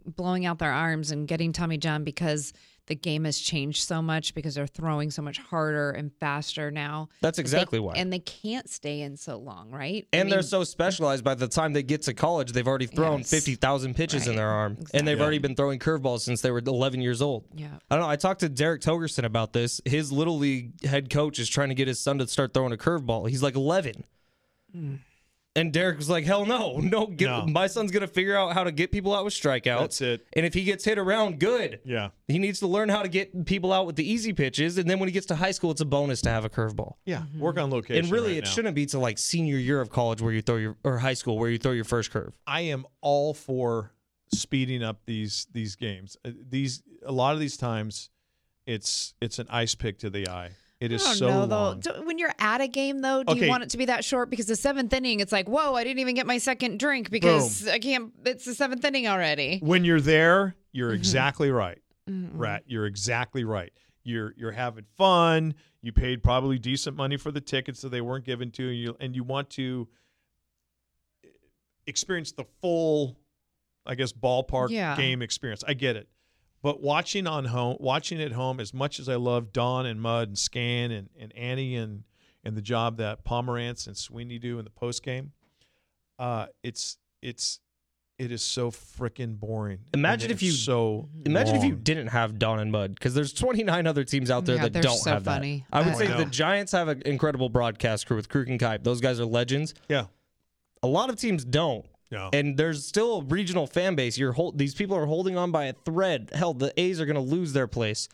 Speaker 9: blowing out their arms and getting Tommy John because the game has changed so much because they're throwing so much harder and faster now?
Speaker 8: That's
Speaker 9: They-
Speaker 8: exactly why.
Speaker 9: And they can't stay in so long, right? I
Speaker 8: And they're
Speaker 9: mean,
Speaker 8: so specialized by the time they get to college, they've already thrown
Speaker 9: Yes.
Speaker 8: 50,000 pitches in
Speaker 9: Right.
Speaker 8: their arm. And they've already been throwing curveballs since they were 11 years old.
Speaker 9: Yeah.
Speaker 8: I don't know. I talked to Derek Togerson about this. His little league head coach is trying to get his son to start throwing a curveball. He's like 11.
Speaker 9: Mm.
Speaker 8: And Derek was like, hell no. No, get,
Speaker 7: No.
Speaker 8: my son's going to figure out how to get people out with strikeouts.
Speaker 7: That's it.
Speaker 8: And if he gets hit around, good.
Speaker 7: Yeah.
Speaker 8: He needs to learn how to get people out with the easy pitches. And then when he gets to high school, it's a bonus to have a curveball.
Speaker 7: Yeah. Work on location.
Speaker 8: And really,
Speaker 7: right
Speaker 8: it
Speaker 7: now.
Speaker 8: shouldn't be to like senior year of college where you throw your or high school where you throw your first curve.
Speaker 7: I am all for speeding up these these games. Uh, These a lot of these times, it's it's an ice pick to the eye. It
Speaker 9: I
Speaker 7: is
Speaker 9: don't
Speaker 7: so
Speaker 9: know, though.
Speaker 7: long.
Speaker 9: Do- when you're at a game, though, do
Speaker 7: Okay.
Speaker 9: you want it to be that short? Because the seventh inning, it's like, whoa, I didn't even get my second drink because I can't. It's the seventh inning already.
Speaker 7: When you're there, you're
Speaker 8: Mm-hmm.
Speaker 7: exactly right,
Speaker 9: Mm-hmm.
Speaker 7: Rat. You're exactly right. You're you're having fun. You paid probably decent money for the tickets that they weren't given to you, and you want to eh, experience the full, I guess, ballpark
Speaker 9: Yeah.
Speaker 7: game experience. I get it. But watching on home, watching at home, as much as I love Don and Mud and Scan and, and Annie and and the job that Pomerantz and Sweeney do in the post game, uh, it's it's it is so freaking boring. And
Speaker 8: Imagine
Speaker 7: it
Speaker 8: if
Speaker 7: is
Speaker 8: you-
Speaker 7: so
Speaker 8: Imagine if you
Speaker 7: long.
Speaker 8: didn't have Don and Mud because there's 29 other teams out there
Speaker 9: Yeah,
Speaker 8: that
Speaker 9: they're
Speaker 8: don't
Speaker 9: so
Speaker 8: have that.
Speaker 9: funny.
Speaker 8: I would
Speaker 9: I
Speaker 8: say
Speaker 7: Oh, know.
Speaker 8: the Giants have an incredible broadcast crew with Krug and Kipe. Those guys are legends.
Speaker 7: yeah
Speaker 8: A lot of teams don't.
Speaker 7: yeah
Speaker 8: And there's still a regional fan base. You're hold, these people are holding on by a thread. Hell, the A's are going to lose their place.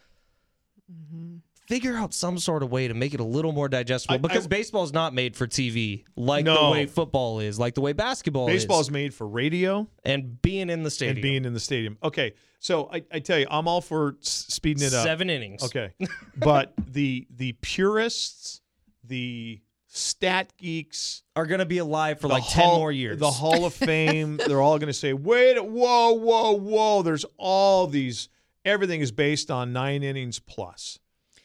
Speaker 9: Mm-hmm.
Speaker 8: Figure out some sort of way to make it a little more digestible
Speaker 7: I-
Speaker 8: because
Speaker 7: I-
Speaker 8: baseball's not made for TV like
Speaker 7: No.
Speaker 8: the way football is, like the way basketball is.
Speaker 7: baseball's made for radio
Speaker 8: and being in the stadium.
Speaker 7: and being in the stadium. Okay, so I, I tell you, I'm all for s- speeding it up.
Speaker 8: seven innings.
Speaker 7: [laughs] Okay, but the the purists, the stat geeks,
Speaker 8: Are going to be alive for
Speaker 7: the
Speaker 8: like
Speaker 7: Hall-
Speaker 8: 10 more years.
Speaker 7: The Hall
Speaker 8: [laughs]
Speaker 7: of Fame, they're all going to say, wait, whoa, whoa, whoa. There's all these, everything is based on nine innings plus.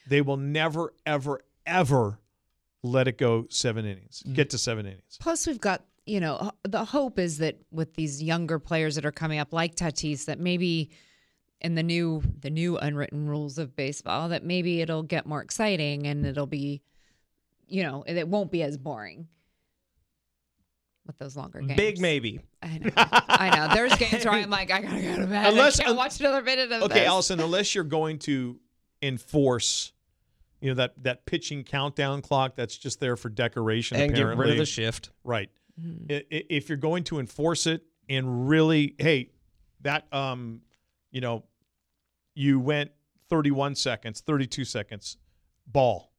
Speaker 7: They will never, ever, ever let it go seven innings,
Speaker 8: Mm-hmm.
Speaker 7: get to seven innings.
Speaker 9: Plus, we've got you know h- the hope is that with these younger players that are coming up, like Tatis, that maybe in the new the new unwritten rules of baseball, that maybe it'll get more exciting and it'll be, you know, and it won't be as boring with those longer games.
Speaker 8: Big maybe.
Speaker 9: I know. I know. There's games where I'm like, I gotta go to bed.
Speaker 7: Unless-
Speaker 9: I can't watch another minute of
Speaker 7: Okay,
Speaker 9: this.
Speaker 7: Allison, unless you're going to enforce. You know that that pitching countdown clock that's just there for decoration.
Speaker 8: And get rid
Speaker 7: apparently.
Speaker 8: of the shift.
Speaker 7: Right.
Speaker 9: Mm-hmm.
Speaker 7: I- i- If you're going to enforce it and really, hey, that um, you know, you went 31 seconds, 32 seconds, ball.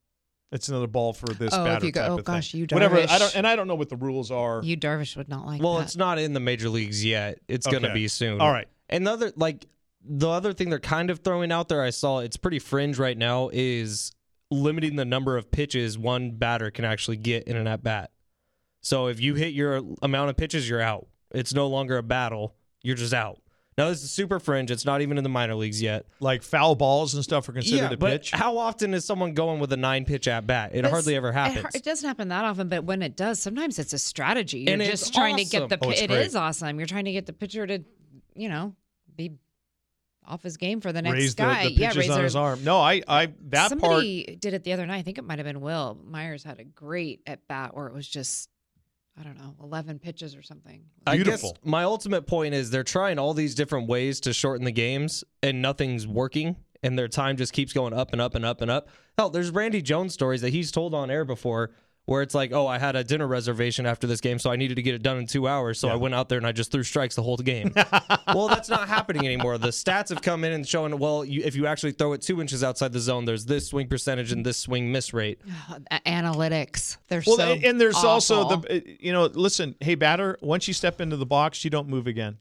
Speaker 7: That's another ball for this
Speaker 9: Oh, if
Speaker 7: batter
Speaker 9: you go-
Speaker 7: type
Speaker 9: oh,
Speaker 7: of
Speaker 9: gosh,
Speaker 7: thing.
Speaker 9: you
Speaker 7: whatever. I
Speaker 9: Darvish.
Speaker 7: don't, and I don't know what the rules are.
Speaker 9: You Darvish would not like
Speaker 8: Well,
Speaker 9: that.
Speaker 8: it's not in the major leagues yet. It's going to
Speaker 7: Okay.
Speaker 8: be soon.
Speaker 7: All right.
Speaker 8: And the other like the other thing they're kind of throwing out there, I saw it's pretty fringe right now, is limiting the number of pitches one batter can actually get in an at bat. So if you hit your amount of pitches, you're out. It's no longer a battle. You're just out. Now this is super fringe. It's not even in the minor leagues yet.
Speaker 7: Like foul balls and stuff are considered a
Speaker 8: but
Speaker 7: pitch.
Speaker 8: how often is someone going with a nine pitch at bat? It
Speaker 9: That's-
Speaker 8: hardly ever
Speaker 9: it har-
Speaker 8: happens.
Speaker 9: It, doesn't happen that often, but when it does, sometimes it's a strategy. You're
Speaker 8: And it's
Speaker 9: just trying to get
Speaker 8: awesome.
Speaker 9: the.
Speaker 7: Oh,
Speaker 9: pi-
Speaker 7: it's
Speaker 9: it
Speaker 7: great.
Speaker 9: is awesome. You're trying to get the pitcher to, you know, be off his game for the next
Speaker 7: raise the,
Speaker 9: guy.
Speaker 7: the
Speaker 9: yeah,
Speaker 7: pitches
Speaker 9: raise
Speaker 7: on
Speaker 9: their-
Speaker 7: his arm. No, I, I that part.
Speaker 9: Somebody did it the other night. I think it might have been Will Myers had a great at bat where it was just, I don't know, eleven pitches or something. [sighs]
Speaker 8: I
Speaker 7: Beautiful.
Speaker 8: guess my ultimate point is they're trying all these different ways to shorten the games, and nothing's working, and their time just keeps going up and up and up and up. Hell, there's Randy Jones stories that he's told on air before where it's like, oh, I had a dinner reservation after this game, so I needed to get it done in two hours, so I went out there and I just threw strikes the whole
Speaker 7: [laughs]
Speaker 8: game. well, that's not happening anymore. The stats have come in and showing, well, you, if you actually throw it two inches outside the zone, there's this swing percentage and this swing miss rate.
Speaker 9: A- analytics. They're
Speaker 7: Well,
Speaker 9: so
Speaker 7: and and there's also
Speaker 9: awful.
Speaker 7: the uh, you know, listen, hey batter, once you step into the box, you don't move again.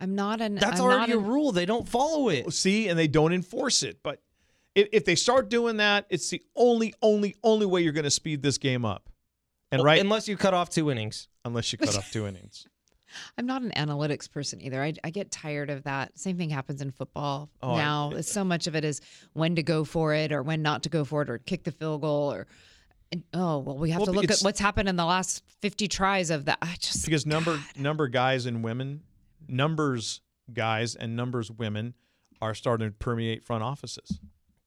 Speaker 9: I'm not an.
Speaker 8: That's
Speaker 9: I'm not
Speaker 8: already a
Speaker 9: an-
Speaker 8: rule. They don't follow it.
Speaker 7: See, and they don't enforce it. But if, if they start doing that, it's the only, only, only way you're going to speed this game up. And
Speaker 8: Well,
Speaker 7: right,
Speaker 8: Unless you cut off two innings.
Speaker 7: unless you cut off two innings.
Speaker 9: I'm not an analytics person either. I, I get tired of that. Same thing happens in football
Speaker 7: Oh, I-
Speaker 9: now. It's so much of it is when to go for it or when not to go for it or kick the field goal or and, oh well we have
Speaker 7: Well,
Speaker 9: to
Speaker 7: be-
Speaker 9: look at
Speaker 7: it's-
Speaker 9: what's happened in the last 50 tries of that. I just
Speaker 7: Because number number guys and women, numbers guys and numbers women are starting to permeate front offices.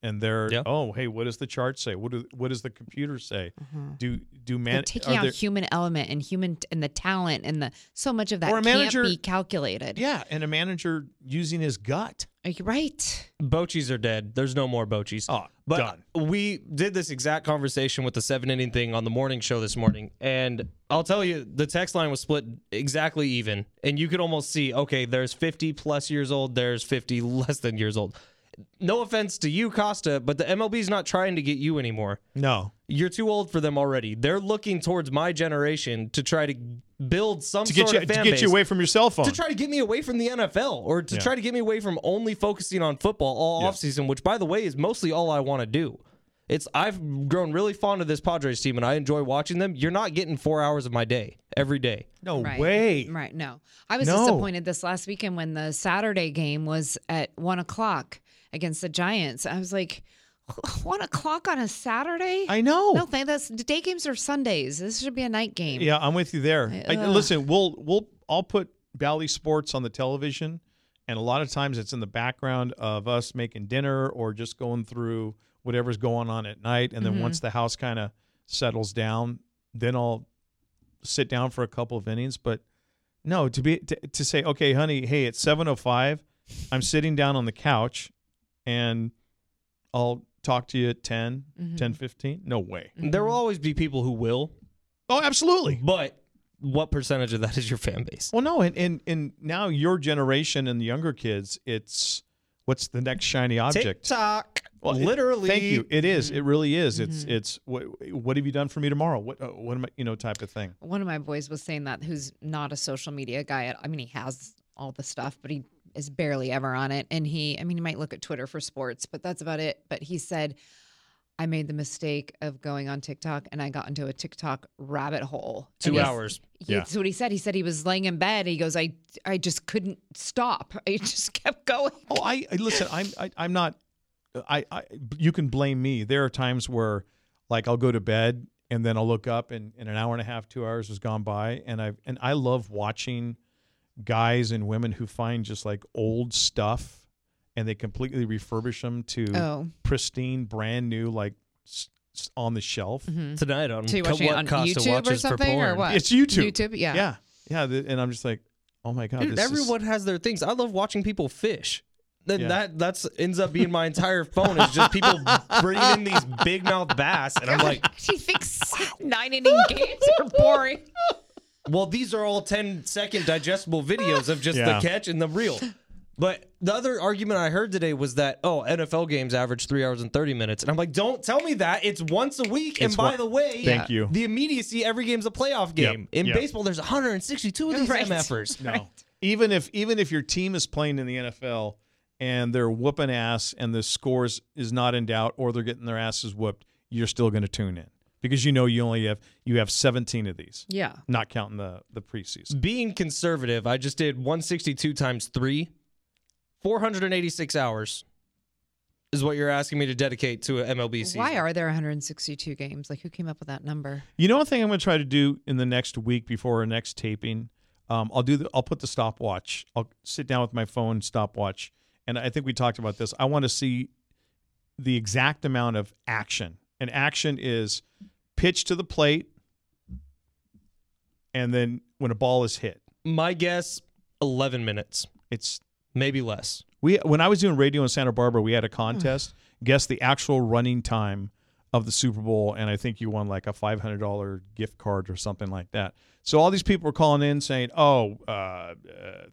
Speaker 7: And they're
Speaker 8: Yeah.
Speaker 7: oh hey, what does the chart say? What do what does the computer say? Do do
Speaker 9: they're
Speaker 7: man
Speaker 9: taking
Speaker 7: are
Speaker 9: out
Speaker 7: there-
Speaker 9: human element and human and the talent and the so much of that
Speaker 7: Or a manager-
Speaker 9: can't be calculated.
Speaker 7: yeah, and a manager using his gut.
Speaker 9: Are you right?
Speaker 8: Bochies are dead. There's no more Bochies.
Speaker 7: Oh,
Speaker 8: Ah, but
Speaker 7: done.
Speaker 8: we did this exact conversation with the seven inning thing on the morning show this morning, and I'll tell you, the text line was split exactly even, and you could almost see, okay, there's 50 plus years old, there's 50 [laughs] less than years old. No offense to you, Costa, but the MLB's not trying to get you anymore.
Speaker 7: No.
Speaker 8: You're too old for them already. They're looking towards my generation to try to build some
Speaker 7: To get
Speaker 8: sort
Speaker 7: you
Speaker 8: of
Speaker 7: to
Speaker 8: fan
Speaker 7: get
Speaker 8: base
Speaker 7: you away from your cell phone.
Speaker 8: to try to get me away from the NFL or to
Speaker 7: Yeah.
Speaker 8: try to get me away from only focusing on football all
Speaker 7: Yeah.
Speaker 8: offseason, which by the way is mostly all I want to do. It's I've grown really fond of this Padres team and I enjoy watching them. You're not getting 4 hours of my day every day.
Speaker 7: No
Speaker 9: Right.
Speaker 7: way.
Speaker 9: Right. No. I was
Speaker 7: No.
Speaker 9: disappointed this last weekend when the Saturday game was at one o'clock against the Giants. I was like, [laughs] one o'clock on a Saturday?
Speaker 7: I know.
Speaker 9: No, thank that's the day games are Sundays. This should be a night game.
Speaker 7: Yeah, I'm with you there. I,
Speaker 9: ugh.
Speaker 7: listen, we'll we'll I'll put Bally Sports on the television, and a lot of times it's in the background of us making dinner or just going through whatever's going on at night. And then once the house kind of settles down, then I'll sit down for a couple of innings. But no, to be to, to say, okay, honey, hey, it's seven oh five. I'm sitting down on the couch, and I'll talk to you at 10, 10:15. No way.
Speaker 9: Mm-hmm.
Speaker 8: There will always be people who will,
Speaker 7: Oh, absolutely.
Speaker 8: but what percentage of that is your fan base?
Speaker 7: Well, no, and, and and now your generation and the younger kids, it's what's the next shiny object?
Speaker 8: TikTok.
Speaker 7: Well, it-
Speaker 8: literally. Mm-hmm.
Speaker 7: thank you.
Speaker 9: Mm-hmm.
Speaker 7: It is. It really is. It's it's what what have you done for me tomorrow? What uh, what am I? You know, type of thing.
Speaker 9: One of my boys was saying that who's not a social media guy at I mean he has all the stuff, but he is barely ever on it. And he I mean he might look at Twitter for sports, but that's about it. But he said I made the mistake of going on TikTok and I got into a TikTok rabbit hole. And
Speaker 8: 2
Speaker 9: he-
Speaker 8: hours.
Speaker 9: He,
Speaker 7: Yeah.
Speaker 9: That's what he said. He said he was laying in bed. He goes, I, I just couldn't stop. [laughs] I just kept going.
Speaker 7: Oh, I, I listen. I'm I, I'm not. I, I you can blame me. There are times where, like, I'll go to bed and then I'll look up and in an hour and a half, two hours has gone by, and I have and I love watching guys and women who find just like old stuff and they completely refurbish them to
Speaker 8: Mm.
Speaker 9: Oh.
Speaker 7: pristine, brand new, like s- s- on the shelf.
Speaker 9: Mm-hmm.
Speaker 8: Tonight on
Speaker 9: So you
Speaker 8: Co-
Speaker 9: watching it
Speaker 8: what
Speaker 9: on
Speaker 8: Costa
Speaker 9: YouTube or
Speaker 8: watches for
Speaker 9: something or
Speaker 8: porn.
Speaker 9: what?
Speaker 7: It's YouTube.
Speaker 9: YouTube, yeah.
Speaker 7: yeah, yeah. th- and I'm just like, oh my god,
Speaker 8: Dude,
Speaker 7: this is-
Speaker 8: everyone has their things. I love watching people fish. Then
Speaker 7: Yeah.
Speaker 8: that that's ends up being my
Speaker 7: [laughs]
Speaker 8: entire phone is just people bringing in these big mouth bass, and I'm
Speaker 7: [laughs]
Speaker 8: like,
Speaker 9: She thinks [laughs] nine inning games are boring.
Speaker 8: well, these are all 10 second digestible videos of just
Speaker 7: Yeah.
Speaker 8: the catch and the reel. But the other argument I heard today was that oh, NFL games average three hours and thirty minutes, and I'm like, don't tell me that. It's once a week, and
Speaker 7: It's
Speaker 8: by
Speaker 7: one-
Speaker 8: the way,
Speaker 7: Thank you.
Speaker 8: The immediacy, every game's a playoff game. In
Speaker 7: Yep.
Speaker 8: baseball, there's 162 of these
Speaker 9: [laughs] Right.
Speaker 8: MFers.
Speaker 7: No. even if even if your team is playing in the NFL and they're whooping ass and the scores is not in doubt or they're getting their asses whooped, you're still going to tune in because you know you only have you have 17 of these,
Speaker 9: Yeah.
Speaker 7: not counting the the preseason.
Speaker 8: Being conservative, I just did 162 times three, 486 hours is what you're asking me to dedicate to an MLB season.
Speaker 9: Why are there 162 games? Like, who came up with that number?
Speaker 7: You know, one thing I'm going to try to do in the next week before our next taping, um, I'll do the, I'll put the stopwatch. I'll sit down with my phone stopwatch, and I think we talked about this. I want to see the exact amount of action, and action is pitch to the plate, and then when a ball is hit,
Speaker 8: my guess 11 minutes,
Speaker 7: it's
Speaker 8: maybe less.
Speaker 7: we when I was doing radio in Santa Barbara, we had a contest. Guess the actual running time of the Super Bowl, and I think you won like a five hundred dollar gift card or something like that. So all these people were calling in saying, "Oh, uh, uh,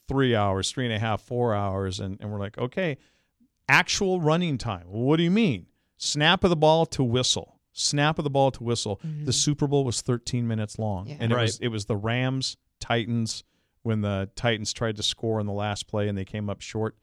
Speaker 7: three hours, three and a half, four hours," and, and we're like, "Okay, actual running time. Well, what do you mean? Snap of the ball to whistle." Snap of the ball to whistle. The Super Bowl was 13 minutes long,
Speaker 9: Yeah.
Speaker 7: and it
Speaker 8: Right.
Speaker 7: was it was the Rams Titans when the Titans tried to score in the last play and they came up short.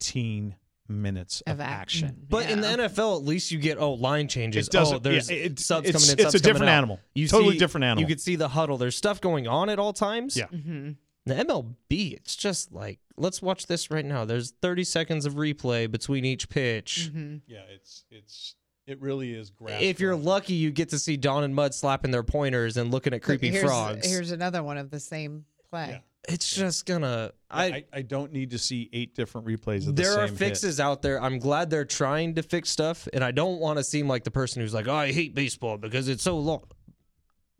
Speaker 7: 13 minutes of,
Speaker 9: Of Mm. Mm-hmm. ac-
Speaker 7: action.
Speaker 8: But in the
Speaker 9: Yeah.
Speaker 8: NFL, at least you get oh line changes.
Speaker 7: It doesn't-
Speaker 8: oh, there's
Speaker 7: yeah, it-
Speaker 8: subs
Speaker 7: it's-
Speaker 8: coming in.
Speaker 7: it's
Speaker 8: subs
Speaker 7: a different
Speaker 8: coming out.
Speaker 7: animal. Totally
Speaker 8: see-
Speaker 7: different animal.
Speaker 8: You could see the huddle. There's stuff going on at all times.
Speaker 7: Yeah.
Speaker 9: Mhm.
Speaker 8: The MLB, it's just like let's watch this right now. There's 30 seconds of replay between each pitch.
Speaker 9: Mm-hmm.
Speaker 7: Yeah, it's it's it really is grass.
Speaker 8: If you're lucky, you get to see Don and Mud slapping their pointers and looking at creepy
Speaker 9: here's,
Speaker 8: frogs.
Speaker 9: Here's another one of the same play.
Speaker 7: Yeah.
Speaker 8: it's just gonna.
Speaker 7: I,
Speaker 8: I,
Speaker 7: I, don't need to see eight different replays of the
Speaker 8: there
Speaker 7: same
Speaker 8: are
Speaker 7: hit.
Speaker 8: fixes out there. I'm glad they're trying to fix stuff, and I don't want to seem like the person who's like, "Oh, I hate baseball because it's so long."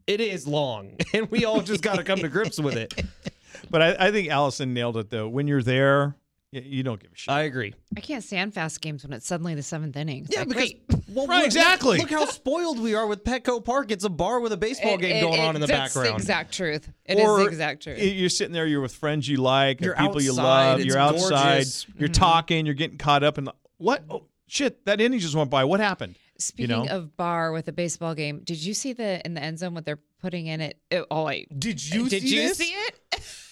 Speaker 8: It is long, [laughs] and we all just got to come to grips with it.
Speaker 7: But I, I think Allison nailed it though. When you're there, y- you don't give a shit.
Speaker 8: I agree.
Speaker 9: I can't stand fast games when it's suddenly the seventh inning. It's like, wait,
Speaker 8: well,
Speaker 7: Right,
Speaker 8: look-
Speaker 7: exactly.
Speaker 8: Look, how spoiled we are with Petco Park. It's a bar with a baseball
Speaker 9: it-
Speaker 8: game
Speaker 9: it-
Speaker 8: going
Speaker 9: it-
Speaker 8: on in the
Speaker 9: that's
Speaker 8: background.
Speaker 9: the exact truth. It is the exact truth.
Speaker 7: i- You're sitting there, you're with friends you like,
Speaker 8: You're
Speaker 7: and people you
Speaker 8: outside,
Speaker 7: love,
Speaker 8: it's
Speaker 7: you're outside,
Speaker 8: gorgeous.
Speaker 7: you're
Speaker 9: Mm-hmm.
Speaker 7: talking, you're getting caught up in the, what? Oh, shit, that inning just went by. What happened?
Speaker 9: Speaking
Speaker 7: know?
Speaker 9: of bar with a baseball game, did you see the in the end zone what they're putting in it? it- oh wait,
Speaker 8: Did you
Speaker 9: did
Speaker 8: see
Speaker 9: you
Speaker 8: this?
Speaker 9: see it [laughs]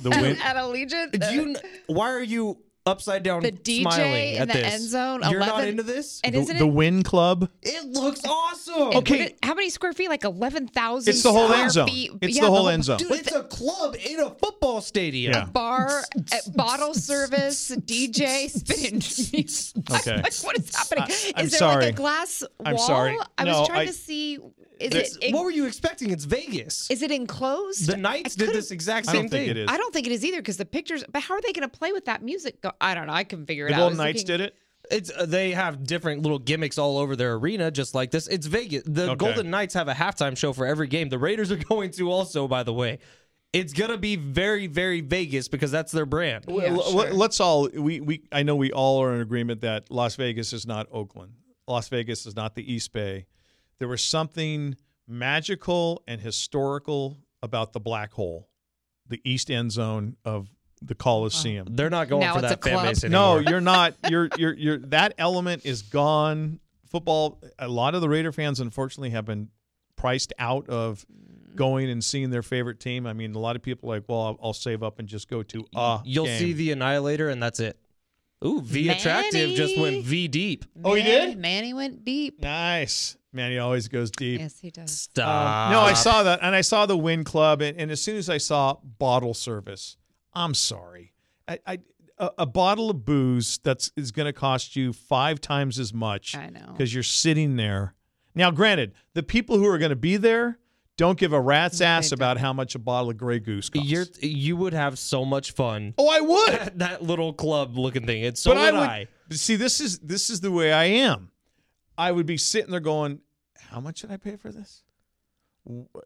Speaker 7: The
Speaker 9: at,
Speaker 7: win-
Speaker 9: at Allegiant?
Speaker 8: Did
Speaker 9: The-
Speaker 8: you? kn- Why are you upside down?
Speaker 9: The DJ
Speaker 8: smiling
Speaker 9: in
Speaker 8: at
Speaker 9: the
Speaker 8: this?
Speaker 9: end zone,
Speaker 8: You're not
Speaker 9: 11
Speaker 8: into this.
Speaker 9: and
Speaker 7: the,
Speaker 9: isn't
Speaker 7: the
Speaker 9: it?
Speaker 7: Win Club?
Speaker 8: It looks awesome.
Speaker 9: it-
Speaker 7: Okay.
Speaker 9: what it- how many square feet? Like eleven thousand.
Speaker 7: It's the whole end zone.
Speaker 9: Feet.
Speaker 7: It's
Speaker 9: Yeah,
Speaker 7: the whole end zone.
Speaker 8: Dude, it's a club in a football stadium.
Speaker 7: Yeah.
Speaker 9: Bar, uh,
Speaker 7: [laughs]
Speaker 9: bottle service, DJ, spinning [laughs] music.
Speaker 7: Okay.
Speaker 9: Like, what is happening?
Speaker 7: I-
Speaker 9: is
Speaker 7: I'm
Speaker 9: there
Speaker 7: sorry.
Speaker 9: like a glass wall?
Speaker 7: I'm sorry.
Speaker 9: I
Speaker 7: No,
Speaker 9: was trying
Speaker 7: I-
Speaker 9: to see. Is
Speaker 8: It's-
Speaker 9: it, en-
Speaker 8: what were you expecting? It's Vegas.
Speaker 9: is it enclosed?
Speaker 8: the Knights did this exact
Speaker 7: I
Speaker 8: same
Speaker 7: don't
Speaker 8: thing.
Speaker 7: think it is.
Speaker 9: I don't think it is either because the pictures. But how are they going to play with that music? Go- I don't know. I can figure it
Speaker 7: The
Speaker 9: out.
Speaker 7: Golden Knights did it.
Speaker 8: It's uh, they have different little gimmicks all over their arena, just like this. It's Vegas. The
Speaker 7: Okay.
Speaker 8: Golden Knights have a halftime show for every game. The Raiders are [laughs] going to also, by the way. It's gonna be very, very Vegas because that's their brand.
Speaker 7: Well, l- l- Let's all we, we I know we all are in agreement that Las Vegas is not Oakland. Las Vegas is not the East Bay. There was something magical and historical about the black hole, the east end zone of the Coliseum.
Speaker 8: They're not going
Speaker 9: Now
Speaker 8: for
Speaker 9: it's
Speaker 8: that
Speaker 9: a
Speaker 8: fan
Speaker 9: club.
Speaker 8: base anymore.
Speaker 7: No,
Speaker 8: [laughs]
Speaker 7: you're not. You're you're you're that element is gone. Football. A lot of the Raider fans, unfortunately, have been priced out of going and seeing their favorite team. I mean, a lot of people are like, well, I'll, I'll save up and just go to a.
Speaker 8: You'll
Speaker 7: game."
Speaker 8: see the Annihilator, and that's it. Ooh, V attractive just went
Speaker 9: Manny.
Speaker 8: V deep.
Speaker 7: Oh, he
Speaker 9: Manny-
Speaker 7: did?
Speaker 9: Manny went deep.
Speaker 7: Nice. Manny always goes deep.
Speaker 9: Yes, he does.
Speaker 8: Stop.
Speaker 7: Uh, No, I saw that, and I saw the Win Club, and, and as soon as I saw bottle service, I'm sorry, I, I a, a bottle of booze that's is going to cost you five times as much.
Speaker 9: I know.
Speaker 7: because you're sitting there. Now, granted, the people who are going to be there don't give a rat's ass about how much a bottle of Grey Goose costs.
Speaker 8: You're you would have so much fun.
Speaker 7: oh, I would.
Speaker 8: at that little club looking thing. It's so
Speaker 7: but
Speaker 8: would
Speaker 7: I would
Speaker 8: I.
Speaker 7: see. This is this is the way I am. I would be sitting there going, "How much did I pay for this?"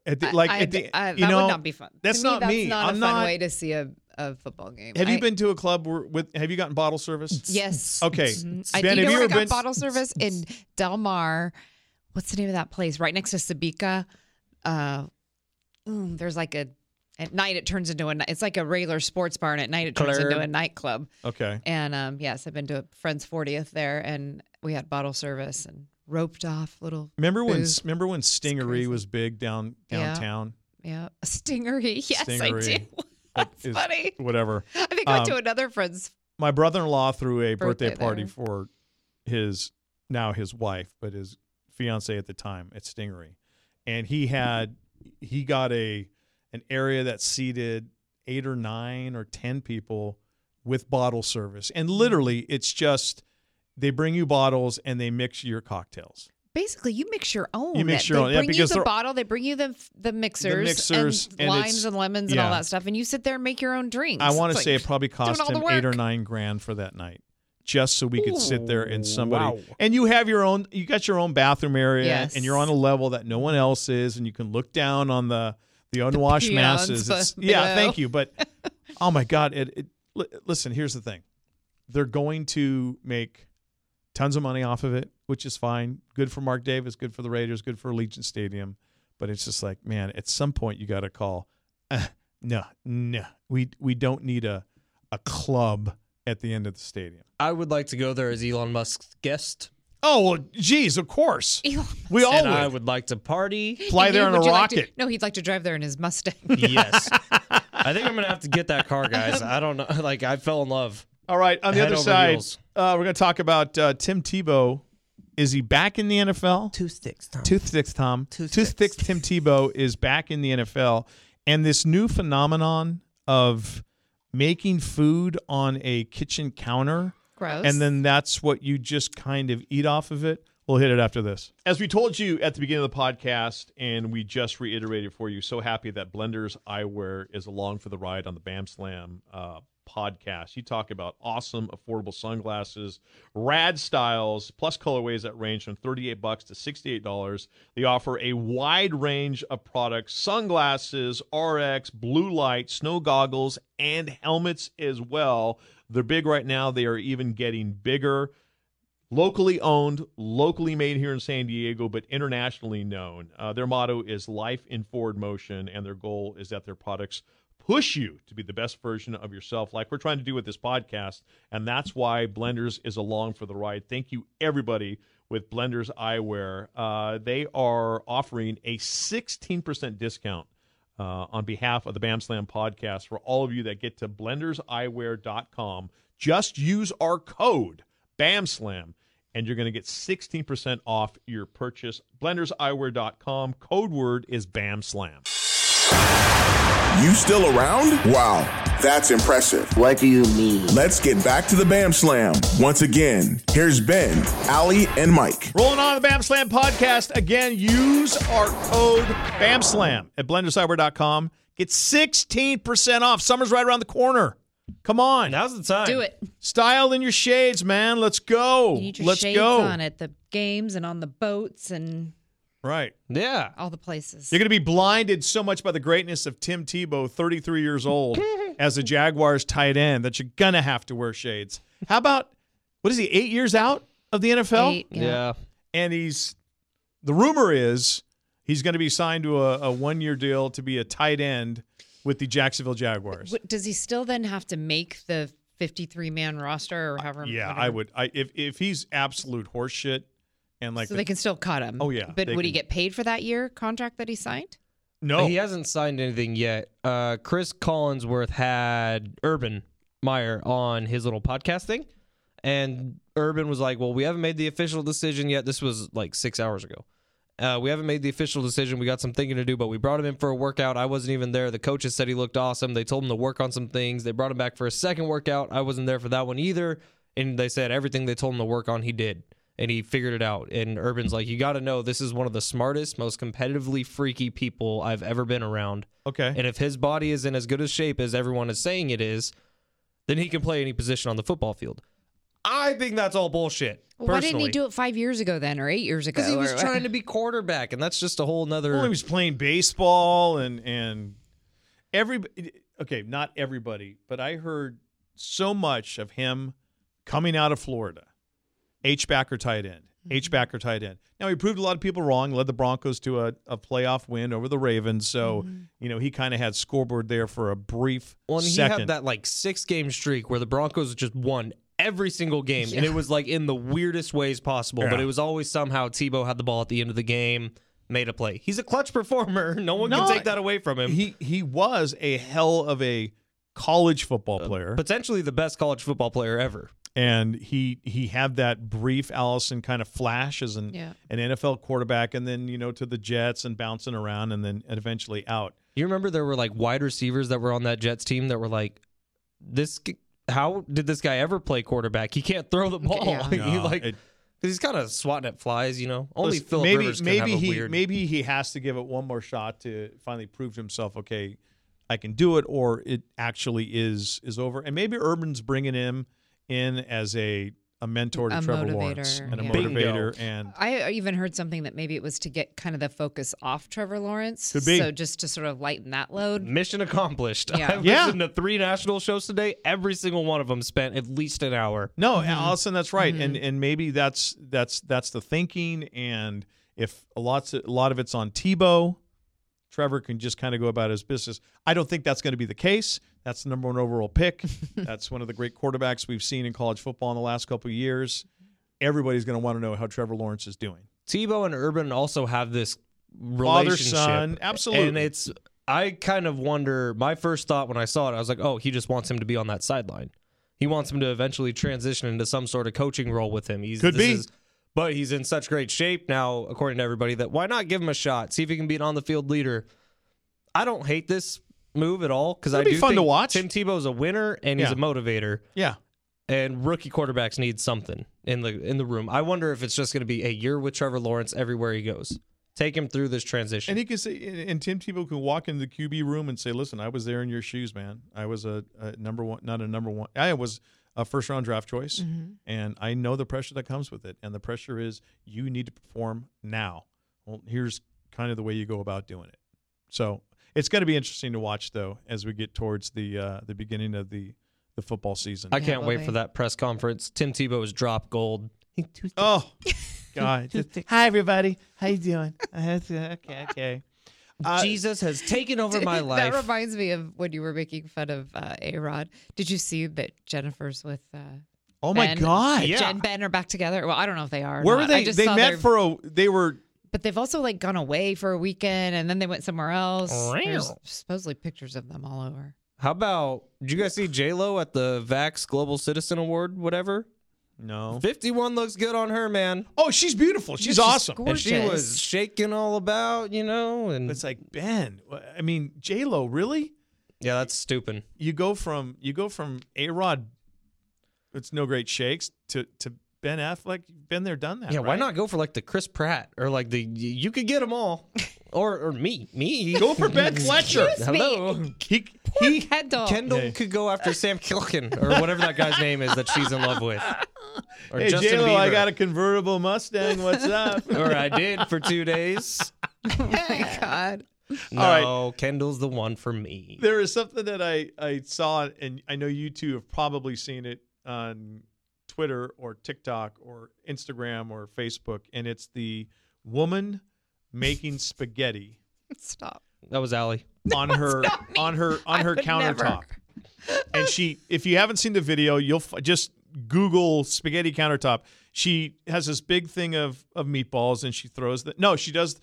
Speaker 7: At the,
Speaker 9: I-
Speaker 7: like
Speaker 9: I-
Speaker 7: at the,
Speaker 9: I-
Speaker 7: you
Speaker 9: that
Speaker 7: know,
Speaker 9: would not be fun. To
Speaker 7: That's
Speaker 9: me,
Speaker 7: not
Speaker 9: that's
Speaker 7: me.
Speaker 9: Not
Speaker 7: I'm
Speaker 9: a
Speaker 7: not.
Speaker 9: fun way to see a, a football game.
Speaker 7: have you
Speaker 9: I-
Speaker 7: been to a club where, with? Have you gotten bottle service?
Speaker 9: Yes.
Speaker 7: Okay,
Speaker 9: Mhm. I,
Speaker 7: Ben,
Speaker 9: you
Speaker 7: have
Speaker 9: know
Speaker 7: you
Speaker 9: where I
Speaker 7: ever
Speaker 9: got
Speaker 7: been?
Speaker 9: bottle service in Del Mar? What's the name of that place? Right next to Sabika. Uh, mm, there's like a at night it turns into a ni- it's like a regular sports bar, and at night it turns into
Speaker 8: Club.
Speaker 9: a nightclub.
Speaker 7: Okay,
Speaker 9: And um, yes, I've been to a friend's 40th there, and we had bottle service and roped off little.
Speaker 7: remember when
Speaker 9: Booze.
Speaker 7: remember when Stingery
Speaker 9: crazy.
Speaker 7: was big down
Speaker 9: Yeah.
Speaker 7: downtown?
Speaker 9: Yeah, a stingery. [laughs] Yes, I
Speaker 7: Stingery.
Speaker 9: do.
Speaker 7: That's
Speaker 9: funny.
Speaker 7: Whatever.
Speaker 9: I think I went
Speaker 7: Um,
Speaker 9: to another friend's.
Speaker 7: My brother-in-law threw a birthday,
Speaker 9: Birthday
Speaker 7: party
Speaker 9: there.
Speaker 7: for his now his wife, but his fiance at the time at Stingery, and he had he got a an area that seated eight or nine or ten people with bottle service, and literally it's just they bring you bottles and they mix your cocktails.
Speaker 9: Basically, you mix your own.
Speaker 7: mix your
Speaker 9: they
Speaker 7: own, yeah,
Speaker 9: Bring you
Speaker 7: because
Speaker 9: the
Speaker 7: they're-
Speaker 9: bottle. They bring you the the mixers,
Speaker 7: mixers and
Speaker 9: and,
Speaker 7: it's-
Speaker 9: limes and lemons and
Speaker 7: yeah.
Speaker 9: all that stuff, and you sit there and make your own drinks.
Speaker 7: I want to
Speaker 9: It's
Speaker 7: say
Speaker 9: [laughs] like-
Speaker 7: it probably cost
Speaker 9: all the
Speaker 7: him eight or
Speaker 9: work.
Speaker 7: nine grand for that night, just so we could sit there and somebody.
Speaker 8: Wow.
Speaker 7: And you have your own, you got your own bathroom area,
Speaker 9: Yes.
Speaker 7: and you're on a level that no one else is, and you can look down on the the unwashed
Speaker 9: peons
Speaker 7: masses. It's-
Speaker 9: be-
Speaker 7: yeah,
Speaker 9: below.
Speaker 7: thank you. [laughs] But oh my god, it, it, li- listen. Here's the thing: they're going to make tons of money off of it, which is fine. Good for Mark Davis, good for the Raiders, good for Allegiant Stadium. But it's just like, man, at some point you got to call. Uh, no, no, we we don't need a a club at the end of the stadium.
Speaker 8: I would like to go there as Elon Musk's guest.
Speaker 7: Oh well, geez, of course. We all
Speaker 8: and I
Speaker 7: would.
Speaker 8: would like to
Speaker 7: [laughs]
Speaker 8: party.
Speaker 7: fly
Speaker 9: And
Speaker 7: there
Speaker 9: you-
Speaker 7: in a
Speaker 9: would you like to-
Speaker 7: rocket.
Speaker 9: no, he'd like to drive there in his Mustang.
Speaker 7: [laughs]
Speaker 8: Yes. I think I'm gonna have to get that car, guys. I don't know. [laughs] Like I fell in love.
Speaker 7: All right, on the
Speaker 8: Head
Speaker 7: other
Speaker 8: over
Speaker 7: side,
Speaker 8: heels.
Speaker 7: uh, we're going to talk about uh, Tim Tebow. Is he back in the NFL?
Speaker 4: Two sticks, Tom.
Speaker 7: Tooth sticks, Tom. Tooth, sticks. Tim Tebow is back in the NFL, and this new phenomenon of making food on a kitchen counter,
Speaker 9: Gross.
Speaker 7: and then that's what you just kind of eat off of it. We'll hit it after this. As we told you at the beginning of the podcast, and we just reiterated for you, so happy that Blenders Eyewear is along for the ride on the Bam Slam uh, podcast. You talk about awesome, affordable sunglasses, rad styles, plus colorways that range from 38 bucks to $68. They offer a wide range of products sunglasses, RX, blue light, snow goggles, and helmets as well. They're big right now, they are even getting bigger locally owned, locally made here in San Diego, but internationally known. Uh, their motto is life in forward motion, and their goal is that their products push you to be the best version of yourself, like we're trying to do with this podcast. And that's why Blenders is along for the ride. Thank you, everybody. With Blenders Eyewear, uh, they are offering a 16% discount uh, on behalf of the Bam Slam podcast for all of you that get to blenderseyewear.com. Just use our code BAMSLAM and you're going to get 16% off your purchase. Blenderseyewear.com. Code word is BAMSLAM.
Speaker 2: You still around? Wow, that's impressive.
Speaker 4: What do you mean?
Speaker 2: Let's get back to the Bam Slam. Once again, here's Ben, Ali, and Mike.
Speaker 7: Rolling on the BAMSLAM podcast. Again, use our code BAMSLAM at blenderseyewear.com. Get 16% off. Summer's right around the corner. Come on.
Speaker 8: Now's the time.
Speaker 9: do it.
Speaker 7: Style in your shades, man. Let's go.
Speaker 9: You need your
Speaker 7: Let's
Speaker 9: shades
Speaker 7: go.
Speaker 9: on at the games and on the boats and
Speaker 7: Right.
Speaker 8: Yeah.
Speaker 9: all the places.
Speaker 7: You're going to be blinded so much by the greatness of Tim Tebow, 33 years
Speaker 9: [laughs]
Speaker 7: old, as the Jaguars tight end that you're going to have to wear shades. How about, what is he, eight years out of the NFL?
Speaker 9: Eight,
Speaker 8: Yeah.
Speaker 7: And he's, the rumor is he's going to be signed to a, a one year deal to be a tight end with the Jacksonville Jaguars.
Speaker 9: Wh- Does he still then have to make the 53 man roster or however?
Speaker 7: Yeah, I
Speaker 9: whatever?
Speaker 7: would. I if, if he's absolute horseshit and like,
Speaker 9: so
Speaker 7: the-
Speaker 9: they can still cut him.
Speaker 7: Oh, yeah,
Speaker 9: But
Speaker 7: they
Speaker 9: would he
Speaker 7: can-
Speaker 9: get paid for that year contract that he signed?
Speaker 7: no,
Speaker 8: He hasn't signed anything yet. Uh, Chris Collinsworth had Urban Meyer on his little podcast thing, and Urban was like, "Well, we haven't made the official decision yet. This was like six hours ago. Uh, we haven't made the official decision. We got some thinking to do, but we brought him in for a workout. I wasn't even there. The coaches said he looked awesome. They told him to work on some things. They brought him back for a second workout. I wasn't there for that one either. And they said everything they told him to work on, he did. And he figured it out. And Urban's like, you got to know, this is one of the smartest, most competitively freaky people I've ever been around.
Speaker 7: okay,
Speaker 8: And if his body is in as good a shape as everyone is saying it is, then he can play any position on the football field. I think that's all bullshit.
Speaker 9: Well, why didn't he do it five years ago then or eight years ago?
Speaker 8: Because he was
Speaker 9: or-
Speaker 8: trying to be quarterback, and that's just a whole nother.
Speaker 7: Well, he was playing baseball and and every okay, not everybody, but I heard so much of him coming out of Florida, H backer tight end, H backer tight end. Now he proved a lot of people wrong, led the Broncos to a, a playoff win over the Ravens. So you know he kind of had scoreboard there for a brief
Speaker 8: Well, and he
Speaker 7: second.
Speaker 8: had that like six game streak where the Broncos just won every single game, and it was like in the weirdest ways possible. But
Speaker 7: Yeah.
Speaker 8: it was always somehow Tebow had the ball at the end of the game, made a play. He's a clutch performer. [laughs] No one
Speaker 7: No,
Speaker 8: can take that away from him.
Speaker 7: he he was a hell of a college football player.
Speaker 8: Potentially the best college football player ever.
Speaker 7: and he he had that brief Allison kind of flash as an
Speaker 9: Yeah.
Speaker 7: an NFL quarterback, and then you know to the Jets and bouncing around, and then eventually out.
Speaker 8: You remember there were like wide receivers that were on that Jets team that were like, this. g- How did this guy ever play quarterback? He can't throw the ball. [laughs]
Speaker 9: Yeah.
Speaker 8: He,
Speaker 7: No,
Speaker 8: like,
Speaker 7: Uh, it-
Speaker 8: he's kind of swatting at flies. You know, only
Speaker 7: Listen,
Speaker 8: Philip
Speaker 7: maybe
Speaker 8: Rivers can
Speaker 7: maybe
Speaker 8: have a
Speaker 7: he
Speaker 8: weird.
Speaker 7: maybe he has to give it one more shot to finally prove to himself. Okay, I can do it, or it actually is is over. And maybe Urban's bringing him in as a a mentor to
Speaker 9: A
Speaker 7: Trevor
Speaker 9: motivator,
Speaker 7: Lawrence and a
Speaker 9: yeah.
Speaker 8: Bingo.
Speaker 7: motivator, and
Speaker 9: [laughs] I even heard something that maybe it was to get kind of the focus off Trevor Lawrence.
Speaker 7: Could be.
Speaker 9: So just to sort of lighten that load.
Speaker 8: Mission accomplished.
Speaker 9: Yeah.
Speaker 8: [laughs] I've
Speaker 7: Yeah.
Speaker 8: listened to three national shows today. Every single one of them spent at least an hour.
Speaker 7: No, Allison, that's right, and
Speaker 8: Mm-hmm.
Speaker 7: and maybe that's that's that's the thinking, and if a lots a lot of it's on Tebow, Trevor can just kind of go about his business. I don't think that's going to be the case. That's the number one
Speaker 8: [laughs]
Speaker 7: overall pick. that's one of the great quarterbacks we've seen in college football in the last couple of years. Everybody's going to want to know how Trevor Lawrence is doing.
Speaker 8: Tebow and Urban also have this relationship.
Speaker 7: Father-son, absolutely.
Speaker 8: And it's I kind of wonder my first thought when I saw it, I was like, oh, he just wants him to be on that sideline. He wants him to eventually transition into some sort of coaching role with him. He's
Speaker 7: Could
Speaker 8: this
Speaker 7: be.
Speaker 8: is- but he's in such great shape now, according to everybody, that why not give him a shot? See if he can be an on the field leader. I don't hate this move at all because I
Speaker 7: It'll
Speaker 8: do
Speaker 7: be fun to
Speaker 8: think
Speaker 7: watch.
Speaker 8: Tim Tebow's a winner and he's
Speaker 7: Yeah.
Speaker 8: a motivator
Speaker 7: Yeah,
Speaker 8: and rookie quarterbacks need something in the in the room. I wonder if it's just going to be a year with Trevor Lawrence everywhere he goes. Take him through this transition.
Speaker 7: and he can say, and, and Tim Tebow can walk into the QB room and say, "Listen, I was there in your shoes, man. I was a, a number one, not a number one. I was a first round draft choice, and I know the pressure that comes with it. And the pressure is you need to perform now. Well, here's kind of the way you go about doing it. So it's going to be interesting to watch, though, as we get towards the uh, the beginning of the the football season.
Speaker 8: I can't
Speaker 9: will
Speaker 8: wait
Speaker 9: be.
Speaker 8: for that press conference. Tim Tebow is drop gold.
Speaker 7: Oh [laughs] God! Hi everybody, how you doing? [laughs] okay, okay. Uh,
Speaker 8: Jesus has taken over my
Speaker 9: [laughs] That
Speaker 8: life.
Speaker 9: reminds me of when you were making fun of uh, A Rod. Did you see that Jennifer's with uh,
Speaker 7: Oh my
Speaker 9: Ben?
Speaker 7: God!
Speaker 9: Jen and Ben are back together. Well, I don't know if they are. or
Speaker 7: Where
Speaker 9: not.
Speaker 7: were
Speaker 9: I
Speaker 7: they?
Speaker 9: just
Speaker 7: They
Speaker 9: saw
Speaker 7: met
Speaker 9: their-
Speaker 7: for a. They were.
Speaker 9: But they've also like gone away for a weekend and then they went somewhere else. There's supposedly pictures of them all over.
Speaker 8: How about did you guys see J Lo at the Vax Global Citizen Award? Whatever.
Speaker 7: No.
Speaker 8: Fifty one looks good on her, man.
Speaker 7: Oh, she's beautiful. She's
Speaker 9: Yeah, she's
Speaker 7: awesome.
Speaker 9: gorgeous.
Speaker 8: She was shaking all about, you know, and
Speaker 7: It's like Ben. I mean, J Lo. Really?
Speaker 8: yeah, that's stupid.
Speaker 7: You go from you go from A Rod. It's no great shakes to to Ben Affleck. You've been there, done that.
Speaker 8: Yeah, why
Speaker 7: right?
Speaker 8: not go for like the Chris Pratt or like the you could get them
Speaker 7: [laughs]
Speaker 8: all, or or me, me.
Speaker 7: Go
Speaker 8: [laughs]
Speaker 7: for Ben Fletcher.
Speaker 8: Hello,
Speaker 7: He,
Speaker 9: [laughs] Poor Kendall.
Speaker 8: Kendall
Speaker 7: Hey.
Speaker 8: could go after Sam Kilkin
Speaker 7: [laughs]
Speaker 8: or whatever that guy's name is that she's in love with, or
Speaker 7: hey
Speaker 8: Justin
Speaker 7: J Lo, I
Speaker 8: Bieber.
Speaker 7: got a convertible Mustang. What's [laughs] up?
Speaker 8: [laughs] or I did for two
Speaker 7: [laughs]
Speaker 8: days.
Speaker 9: oh my God.
Speaker 8: No,
Speaker 7: right.
Speaker 8: Kendall's the one for me.
Speaker 7: there is something that I, I saw, and I know you two have probably seen it on Twitter or TikTok or Instagram or Facebook, and it's the woman making
Speaker 9: [laughs]
Speaker 7: spaghetti
Speaker 9: Stop.
Speaker 8: That was Allie.
Speaker 7: on her on her on
Speaker 9: I
Speaker 7: her
Speaker 9: would
Speaker 7: countertop. and she, if you haven't seen the video, you'll f- just Google spaghetti countertop. She has this big thing of of meatballs, and she throws the no, she does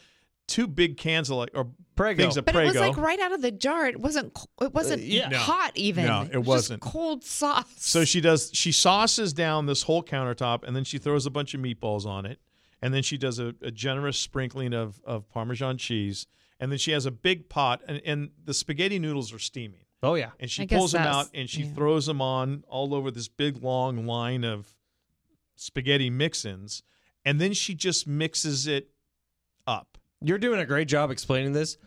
Speaker 7: two big cans of like or
Speaker 8: Prego.
Speaker 7: things of
Speaker 9: But
Speaker 7: Prego. Uh,
Speaker 9: it was like right out of the jar. It wasn't. co- It wasn't
Speaker 8: yeah. No.
Speaker 9: hot even.
Speaker 7: No, it
Speaker 9: was just
Speaker 7: wasn't.
Speaker 9: cold sauce.
Speaker 7: So she does she sauces down this whole countertop and then she throws a bunch of meatballs on it. And then she does a, a generous sprinkling of, of Parmesan cheese. And then she has a big pot and, and the spaghetti noodles are steaming.
Speaker 8: Oh yeah,
Speaker 7: And she
Speaker 9: I guess
Speaker 7: pulls them
Speaker 9: that's-
Speaker 7: out and she
Speaker 9: yeah.
Speaker 7: throws them on all over this big long line of spaghetti mix ins. And then she just mixes it up.
Speaker 8: you're doing a great job explaining this.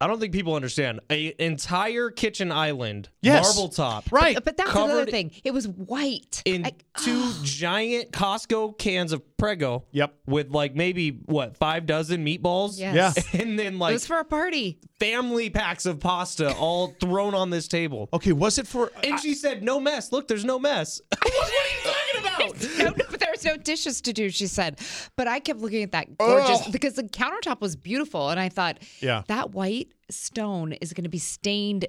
Speaker 8: I don't think people understand. A entire kitchen island,
Speaker 7: Yes.
Speaker 8: marble top,
Speaker 7: Right.
Speaker 9: But that's another
Speaker 8: covered
Speaker 9: thing. It was white.
Speaker 8: in
Speaker 9: I-
Speaker 8: two giant Costco cans of Prego.
Speaker 7: Yep.
Speaker 8: With like maybe what five dozen meatballs.
Speaker 9: Yes.
Speaker 8: [laughs]
Speaker 7: Yeah.
Speaker 8: And then
Speaker 9: it
Speaker 8: like
Speaker 9: was for
Speaker 7: [laughs]
Speaker 9: a party.
Speaker 8: family packs of pasta all thrown on this table.
Speaker 7: Okay, was it for
Speaker 8: And she said, "No mess. Look, there's no mess."
Speaker 9: what are you [laughs] talking about? no, no, but there was no dishes to do, she said. But I kept looking at that gorgeous because the countertop was beautiful, and I thought,
Speaker 7: Yeah.
Speaker 9: that white stone is going to be stained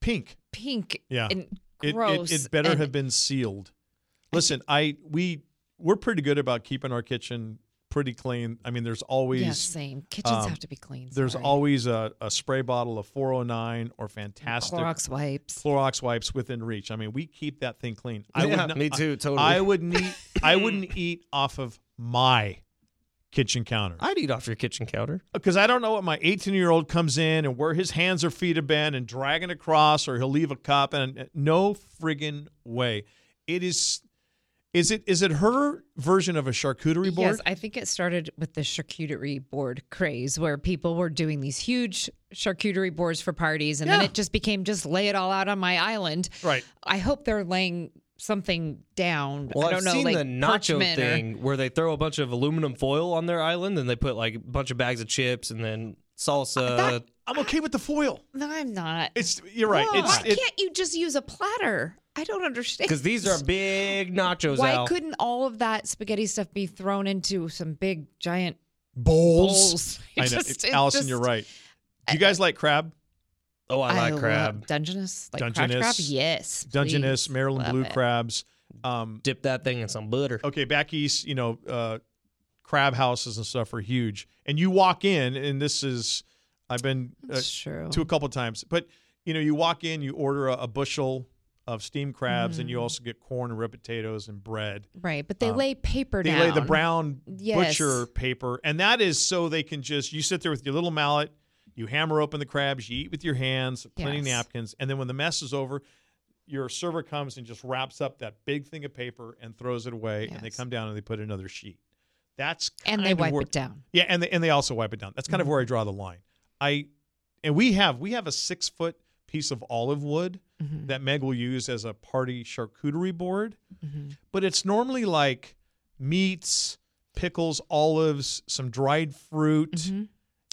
Speaker 7: pink?
Speaker 9: pink.
Speaker 7: Yeah.
Speaker 9: and
Speaker 7: It- it-
Speaker 9: gross.
Speaker 7: It, better
Speaker 9: and-
Speaker 7: have been sealed. Listen, I we we're pretty good about keeping our kitchen pretty clean. I mean, there's always
Speaker 9: yeah, same. Kitchens
Speaker 7: um,
Speaker 9: have to be clean.
Speaker 7: there's
Speaker 9: sorry.
Speaker 7: always a, a spray bottle of 409 or fantastic
Speaker 9: Clorox wipes.
Speaker 7: Clorox wipes within reach. I mean, we keep that thing clean. I
Speaker 8: Yeah,
Speaker 7: not-
Speaker 8: me too, totally.
Speaker 7: I wouldn't eat. I
Speaker 9: [coughs]
Speaker 7: wouldn't eat off of my kitchen counter
Speaker 8: [laughs] I'd eat off your kitchen counter.
Speaker 7: because I don't know what my 18 year old comes in and where his hands or feet have been and dragging across or he'll leave a cup and uh, no friggin' way. It is. Is it is it her version of a charcuterie board?
Speaker 9: Yes, I think it started with the charcuterie board craze where people were doing these huge charcuterie boards for parties and then
Speaker 7: Yeah.
Speaker 9: it just became just lay it all out on my island.
Speaker 7: Right.
Speaker 9: I hope they're laying something down.
Speaker 8: Well,
Speaker 9: I
Speaker 8: have
Speaker 9: don't know,
Speaker 8: seen
Speaker 9: like
Speaker 8: the nacho
Speaker 9: parchment or-
Speaker 8: thing where they throw a bunch of aluminum foil on their island and they put like a bunch of bags of chips and then salsa.
Speaker 9: Uh,
Speaker 7: I'm okay with the foil.
Speaker 9: No, I'm not.
Speaker 7: It's you're right.
Speaker 9: Ugh,
Speaker 7: it's
Speaker 9: why
Speaker 7: it,
Speaker 9: can't you just use a platter? I don't understand.
Speaker 8: because these are big nachos.
Speaker 9: why
Speaker 8: Al.
Speaker 9: couldn't all of that spaghetti stuff be thrown into some big giant
Speaker 7: bowls.
Speaker 9: bowls? [laughs]
Speaker 7: I know.
Speaker 9: It just- it
Speaker 7: Allison,
Speaker 9: just-
Speaker 7: you're right. Do you guys like crab?
Speaker 8: oh, I like
Speaker 9: love
Speaker 8: crab.
Speaker 9: Dungeness, like crotch crab.
Speaker 7: Dungeness.
Speaker 9: Yes,
Speaker 7: Dungeness,
Speaker 9: please.
Speaker 7: Maryland
Speaker 9: Love
Speaker 7: blue
Speaker 9: it.
Speaker 7: crabs. Um,
Speaker 8: Dip that thing in some butter.
Speaker 7: okay, back east, you know, uh, crab houses and stuff are huge. And you walk in, and this is, I've been uh,
Speaker 9: It's true.
Speaker 7: to a couple times, but you know, you walk in, you order a, a bushel of steamed crabs, and you
Speaker 9: Mm.
Speaker 7: also get corn and red potatoes and bread.
Speaker 9: right, but they lay paper
Speaker 7: Um, They
Speaker 9: down.
Speaker 7: lay the brown
Speaker 9: Yes.
Speaker 7: butcher paper, and that is so they can just you sit there with your little mallet, you hammer open the crabs, you eat with your hands, plenty of
Speaker 9: Yes.
Speaker 7: napkins, and then when the mess is over, your server comes and just wraps up that big thing of paper and throws it away, and they
Speaker 9: Yes.
Speaker 7: come down and they put another sheet. That's
Speaker 9: and they
Speaker 7: kind of
Speaker 9: wipe
Speaker 7: where-
Speaker 9: it down.
Speaker 7: Yeah, and they and they also wipe it down. That's kind of where I draw the line. I and we have we have a six foot piece of olive wood that Meg will use as a party charcuterie board, but it's normally like meats, pickles, olives, some dried fruit.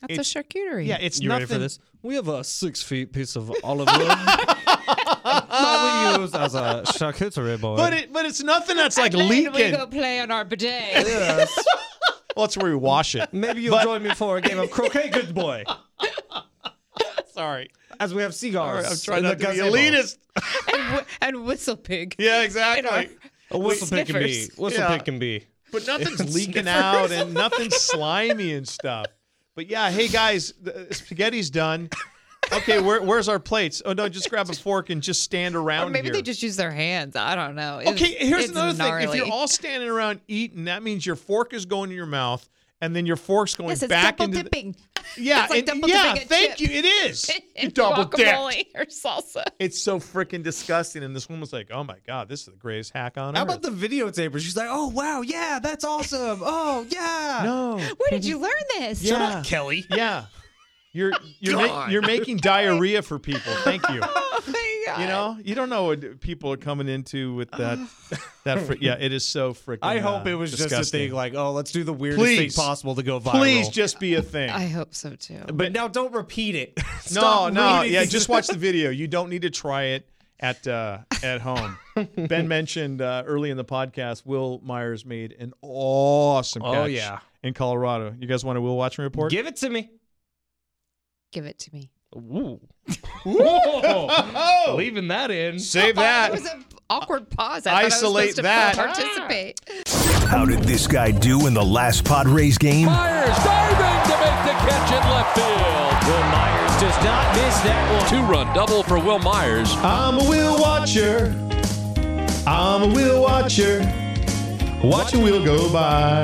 Speaker 9: That's a charcuterie.
Speaker 7: Yeah, it's
Speaker 8: You
Speaker 7: nothing.
Speaker 8: ready for this? We have a six feet piece [laughs] of olive wood that [laughs] we use as a charcuterie board.
Speaker 7: But it but it's nothing
Speaker 8: [laughs]
Speaker 7: that's like
Speaker 9: And then we
Speaker 7: leaking.
Speaker 9: go play on
Speaker 7: [laughs]
Speaker 9: our bidet.
Speaker 8: Yes.
Speaker 7: Well, that's where we
Speaker 8: [laughs]
Speaker 7: wash it.
Speaker 8: Maybe you'll join me for a game of croquet, good [laughs] boy.
Speaker 7: Sorry,
Speaker 8: As we have cigars.
Speaker 7: I'm trying
Speaker 8: in
Speaker 7: not to be
Speaker 8: gazebo.
Speaker 7: elitist.
Speaker 9: and, whi- and whistle pig.
Speaker 8: [laughs]
Speaker 7: Yeah, exactly.
Speaker 8: A whistle pig can be.
Speaker 9: Sniffers.
Speaker 8: Whistle
Speaker 7: Yeah.
Speaker 8: pig can be.
Speaker 7: but [laughs] nothing's leaking out and nothing's slimy and stuff. But yeah, hey guys, the spaghetti's done. Okay, where, where's our plates? Oh no, just grab a fork and just stand around
Speaker 9: Or maybe
Speaker 7: here.
Speaker 9: they just use their hands. I don't know. It's-
Speaker 7: okay, here's
Speaker 9: it's
Speaker 7: another thing. If
Speaker 9: gnarly.
Speaker 7: you're all standing around eating, that means your fork is going to your mouth, and then your fork's going
Speaker 9: yes, it's
Speaker 7: back
Speaker 9: double
Speaker 7: into the- [laughs]
Speaker 9: dipping.
Speaker 7: yeah,
Speaker 9: It's like
Speaker 7: and-
Speaker 9: double
Speaker 7: yeah.
Speaker 9: dipping a
Speaker 7: Thank
Speaker 9: chip
Speaker 7: you. It is
Speaker 9: [laughs] in
Speaker 7: [laughs] double
Speaker 9: guacamole
Speaker 7: dipped.
Speaker 9: or salsa.
Speaker 7: It's so freaking disgusting. And this woman's like, "Oh my god, this is the greatest hack on
Speaker 8: How
Speaker 7: earth."
Speaker 8: about the videotaper? She's like, oh, wow, yeah, that's awesome. Oh, yeah.
Speaker 9: [laughs]
Speaker 7: no?
Speaker 9: Where did you learn this?
Speaker 7: Shut up,
Speaker 8: Kelly.
Speaker 7: [laughs] Yeah. You're you're ma-
Speaker 8: [laughs]
Speaker 7: you're making diarrhea for people. Thank you.
Speaker 9: [laughs] Oh my god.
Speaker 8: [laughs]
Speaker 7: You know, you don't know what people are coming into with
Speaker 8: [sighs]
Speaker 7: that. that fr- yeah, it is so freaking.
Speaker 8: I hope
Speaker 7: uh,
Speaker 8: it was just a
Speaker 7: disgusting.
Speaker 8: thing like, oh, let's do the weirdest
Speaker 7: Please.
Speaker 8: thing possible to go viral.
Speaker 7: Please just be a thing.
Speaker 9: I hope so too.
Speaker 8: But now don't repeat
Speaker 7: [laughs]
Speaker 8: it.
Speaker 7: no,
Speaker 8: Stop
Speaker 7: no,
Speaker 8: reading.
Speaker 7: yeah,
Speaker 8: [laughs]
Speaker 7: just watch the video. You don't need to try it at uh,
Speaker 8: [laughs]
Speaker 7: at home. ben mentioned uh, early in the podcast, Will Myers made an awesome
Speaker 8: Oh,
Speaker 7: catch
Speaker 8: yeah.
Speaker 7: in Colorado. You guys want a Will Watchman report?
Speaker 8: Give it to me.
Speaker 9: Give it to me.
Speaker 8: Ooh.
Speaker 7: Oh.
Speaker 8: Whoa. Leaving that in.
Speaker 7: Save that.
Speaker 9: There Oh, was an awkward pause. I thought I was
Speaker 7: Isolate
Speaker 9: supposed to
Speaker 7: that.
Speaker 9: Participate.
Speaker 4: How did this guy do in the last Padres game?
Speaker 10: Myers diving to make the catch in left field. Will Myers does not miss that one. Two run double for Will Myers.
Speaker 7: I'm a wheel watcher. I'm a wheel watcher. Watch a wheel go by.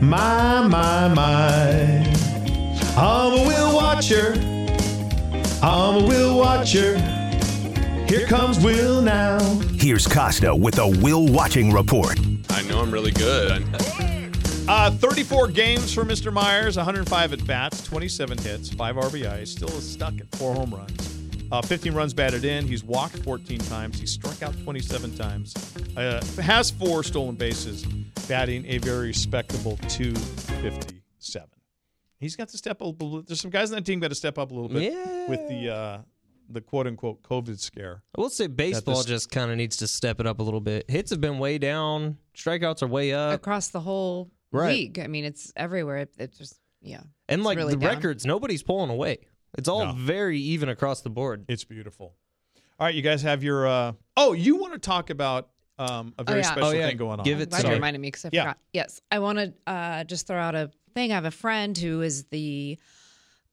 Speaker 7: My, my, my. I'm a wheel watcher. I'm a wheel watcher. Here comes Will now.
Speaker 4: Here's Costa with a Will Watching Report.
Speaker 5: I know I'm really good.
Speaker 7: Uh, 34 games for Mr. Myers, 105 at bats, 27 hits, 5 RBIs, still is stuck at 4 home runs. Uh, 15 runs batted in. He's walked 14 times. He's struck out 27 times. Uh, has four stolen bases, batting a very respectable 257. He's got to step up. a little- There's some guys on that team got to step up a little bit with the uh, the quote unquote COVID scare.
Speaker 8: I will say baseball
Speaker 7: this-
Speaker 8: just kind of needs to step it up a little bit. Hits have been way down. Strikeouts are way up.
Speaker 9: Across the whole
Speaker 8: Right.
Speaker 9: league. I mean, it's everywhere. It, it just yeah.
Speaker 8: And
Speaker 9: it's
Speaker 8: like
Speaker 9: really
Speaker 8: the
Speaker 9: down.
Speaker 8: records, nobody's pulling away. It's all
Speaker 7: No.
Speaker 8: very even across the board.
Speaker 7: It's beautiful. All right, you guys have your. Uh, oh, you want to talk about um, a very
Speaker 9: yeah.
Speaker 7: special
Speaker 9: Oh,
Speaker 8: yeah.
Speaker 7: thing going on.
Speaker 8: Give it-
Speaker 9: Glad
Speaker 8: Sorry.
Speaker 9: you reminded me because I
Speaker 7: Yeah.
Speaker 9: forgot. Yes, I want to uh, just throw out a thing. I have a friend who is the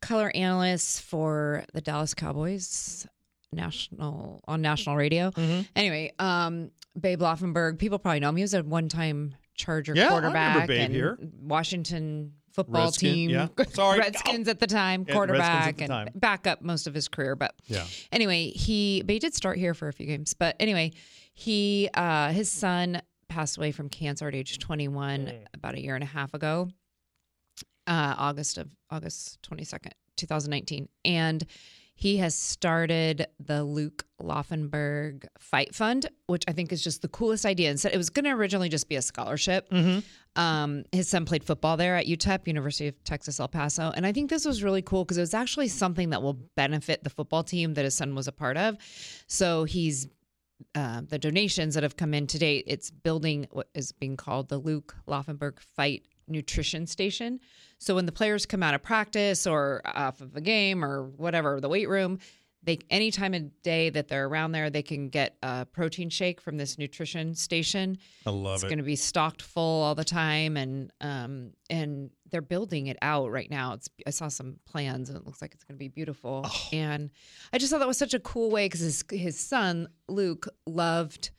Speaker 9: color analyst for the Dallas Cowboys national on national radio.
Speaker 7: Mm-hmm.
Speaker 9: Anyway, um, Babe Loffenberg, people probably know him. He was a one-time Charger
Speaker 7: Yeah, I remember
Speaker 9: quarterback
Speaker 7: Babe
Speaker 9: and
Speaker 7: here.
Speaker 9: Washington football
Speaker 7: Redskin,
Speaker 9: team.
Speaker 7: yeah. Sorry.
Speaker 9: [laughs] Redskins at the time,
Speaker 7: Yeah, Redskins at
Speaker 9: quarterback
Speaker 7: the
Speaker 9: and
Speaker 7: time.
Speaker 9: back up most of his career. But
Speaker 7: Yeah.
Speaker 9: anyway, he but he did start here for a few games. But anyway, he uh his son passed away from cancer at age 21 about a year and a half ago, uh, August of August 22nd, 2019, and he has started the Luke Laufenberg Fight Fund, which I think is just the coolest idea. And so it was going to originally just be a scholarship. Um, his son played football there at UTEP, University of Texas El Paso, and I think this was really cool because it was actually something that will benefit the football team that his son was a part of. So he's uh, the donations that have come in to date. It's building what is being called the Luke Laufenberg Fight Nutrition Station. So when the players come out of practice or off of a game or whatever, the weight room. They, any time of day that they're around there, they can get a protein shake from this nutrition station
Speaker 7: I love
Speaker 9: it's going to be stocked full all the time and um and they're building it out right now it's i saw some plans and it looks like it's going to be beautiful
Speaker 7: Oh.
Speaker 9: and i just thought that was such a cool way because his, his son luke loved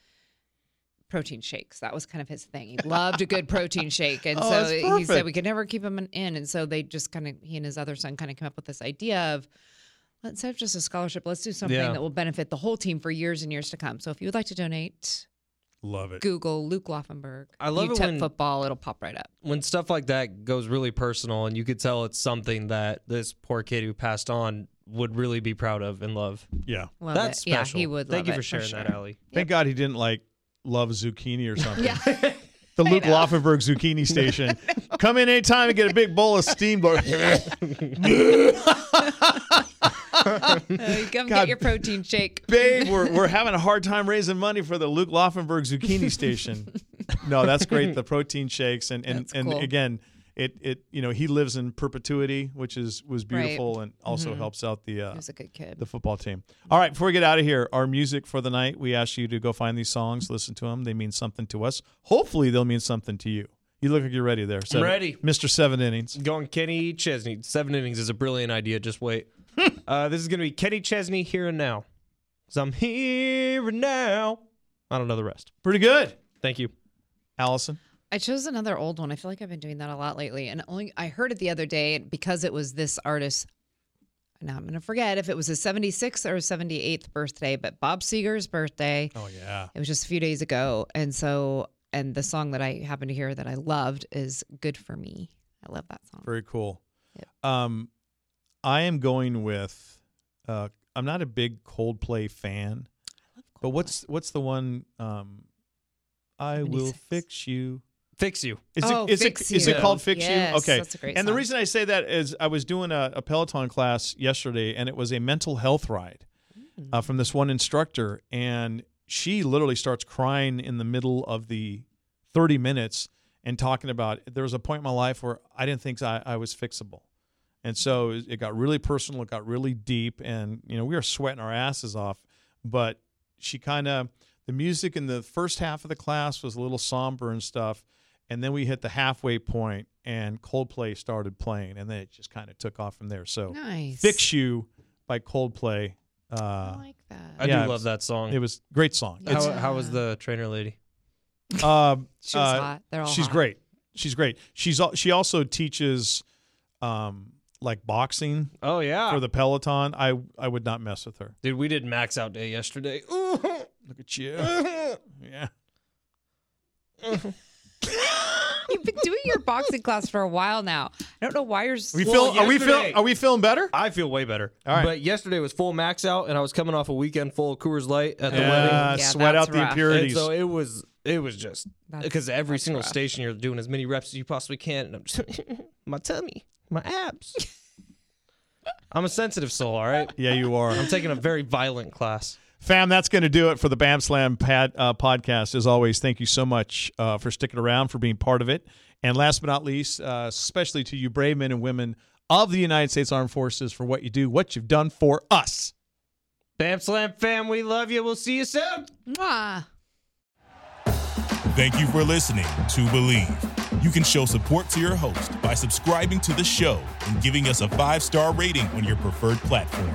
Speaker 9: protein shakes that was kind of his thing he loved a good protein
Speaker 8: [laughs]
Speaker 9: shake and
Speaker 7: Oh, that's
Speaker 9: so he said
Speaker 7: perfect.
Speaker 9: we could never keep him in- in and so they just kind of he and his other son kind of came up with this idea of let's have just a scholarship let's do something
Speaker 8: Yeah.
Speaker 9: that will benefit the whole team for years and years to come so if you would like to donate
Speaker 7: Love it.
Speaker 9: Google Luke Laufenberg.
Speaker 8: I love
Speaker 9: you
Speaker 8: it
Speaker 9: tap
Speaker 8: when-
Speaker 9: football; it'll pop right up.
Speaker 8: when stuff like that goes really personal and you could tell it's something that this poor kid who passed on would really be proud of and love.
Speaker 7: Yeah.
Speaker 9: Love
Speaker 8: That's
Speaker 9: it.
Speaker 8: special.
Speaker 9: Yeah, he would.
Speaker 8: Thank
Speaker 9: love
Speaker 8: you
Speaker 9: it,
Speaker 8: for sharing that,
Speaker 9: sure.
Speaker 8: Allie.
Speaker 7: Thank God he didn't like love zucchini
Speaker 9: [laughs]
Speaker 7: or something.
Speaker 9: Yeah,
Speaker 7: The Luke Laufenberg Zucchini
Speaker 9: [laughs]
Speaker 7: Station. Come in anytime and get a big bowl of steamed. or-
Speaker 9: Uh, you
Speaker 7: God.
Speaker 9: come get your
Speaker 8: [laughs]
Speaker 9: protein shake.
Speaker 7: Babe, we're, we're having a hard time raising money for the Luke Laufenberg
Speaker 9: [laughs]
Speaker 7: Zucchini Station. No, that's great. The protein shakes and and,
Speaker 9: That's
Speaker 7: and
Speaker 9: cool.
Speaker 7: again, it it you know he lives in perpetuity, which is was
Speaker 9: Right. Mm-hmm.
Speaker 7: beautiful and also helps out the uh,
Speaker 9: He was a good kid.
Speaker 7: the football team. All right, before we get out of here, our music for the night. We ask you to go find these songs, listen to them. They mean something to us. Hopefully, they'll mean something to you. You look like you're ready there. Seven-
Speaker 8: ready.
Speaker 7: Mr. Seven Innings.
Speaker 8: Going Kenny Chesney. Seven innings is a brilliant idea. Just
Speaker 9: [laughs]
Speaker 8: wait. uh, this is going to be Kenny Chesney here and now. Because I'm here and now. I don't know the rest.
Speaker 7: Pretty good,
Speaker 8: Thank you.
Speaker 7: Allison.
Speaker 9: I chose another old one. I feel like I've been doing that a lot lately, and only I heard it the other day because it was this artist. Now I'm going to forget if it was his 76th or his 78th birthday, but Bob Seger's birthday.
Speaker 7: Oh yeah.
Speaker 9: It was just a few days ago, and so and the song that I happened to hear that I loved is "Good for Me." I love that song.
Speaker 7: Very cool. Um, I am going with. Uh, I'm not a big Coldplay fan, but what's what's the one? Um, I will
Speaker 9: 76.
Speaker 7: fix you.
Speaker 8: Fix you.
Speaker 7: Is
Speaker 9: Oh,
Speaker 7: it is
Speaker 9: Fix
Speaker 7: it is it
Speaker 9: You.
Speaker 7: called fix you?
Speaker 9: Yes,
Speaker 7: Okay,
Speaker 9: that's a great
Speaker 7: And the
Speaker 9: song.
Speaker 7: reason I say that is I was doing a, a Peloton class yesterday, and it was a mental health ride
Speaker 9: Mm.
Speaker 7: uh, from this one instructor, and she literally starts crying in the middle of the 30 minutes and talking about there was a point in my life where I didn't think I, I was fixable. And so it it got really personal, it got really deep, and you know we were sweating our asses off. But she kind of the music in the first half of the class was a little somber and stuff, and then we hit the halfway point, and Coldplay started playing, and then it just kind of took off from there. So
Speaker 9: Nice.
Speaker 7: "Fix You" by Coldplay, uh,
Speaker 9: I like that.
Speaker 8: Oh, I
Speaker 7: Yeah,
Speaker 8: do
Speaker 7: it
Speaker 8: love
Speaker 7: was-
Speaker 8: that song.
Speaker 7: it was a great song.
Speaker 9: Yeah.
Speaker 8: how, how was the trainer lady?
Speaker 7: It's um,
Speaker 9: She was
Speaker 7: uh,
Speaker 9: hot. They're all
Speaker 7: she's
Speaker 9: hot.
Speaker 7: great. She's great. She's al- she also teaches um, like boxing
Speaker 8: Oh, yeah.
Speaker 7: for the Peloton. I I would not mess with her.
Speaker 8: Dude, we did max out day
Speaker 7: [laughs]
Speaker 8: yesterday. [laughs]
Speaker 7: Look at you. [laughs] yeah.
Speaker 9: You've been doing your boxing class for a while now. I don't know why you're.
Speaker 7: We
Speaker 8: Well,
Speaker 7: feel, are we feel,
Speaker 8: yesterday-
Speaker 7: are we feeling better?
Speaker 8: I feel way better.
Speaker 7: All right.
Speaker 8: But yesterday was full max out, and I was coming off a weekend full of Coors Light at the
Speaker 7: Yeah,
Speaker 8: wedding.
Speaker 9: Yeah,
Speaker 7: sweat
Speaker 9: that's
Speaker 7: out the
Speaker 8: And
Speaker 9: rough.
Speaker 7: impurities.
Speaker 8: so it was, it was just
Speaker 9: That's-
Speaker 8: because every
Speaker 9: that's
Speaker 8: single
Speaker 9: rough.
Speaker 8: station you're doing as many reps as you possibly can, and I'm just [laughs] my tummy, my abs.
Speaker 9: [laughs]
Speaker 8: I'm a sensitive soul. All right,
Speaker 7: yeah, you are.
Speaker 8: I'm taking a very violent class.
Speaker 7: [laughs] Fam, that's going to do it for the Bam Slam pad, uh, podcast. As always, thank you so much uh, for sticking around, for being part of it. And last but not least, uh, especially to you, brave men and women of the United States Armed Forces, for what you do, what you've done for us.
Speaker 8: Bam Slam fam, we love you. We'll see you soon.
Speaker 9: Mwah.
Speaker 1: Thank you for listening to Believe. You can show support to your host by subscribing to the show and giving us a five star rating on your preferred platform.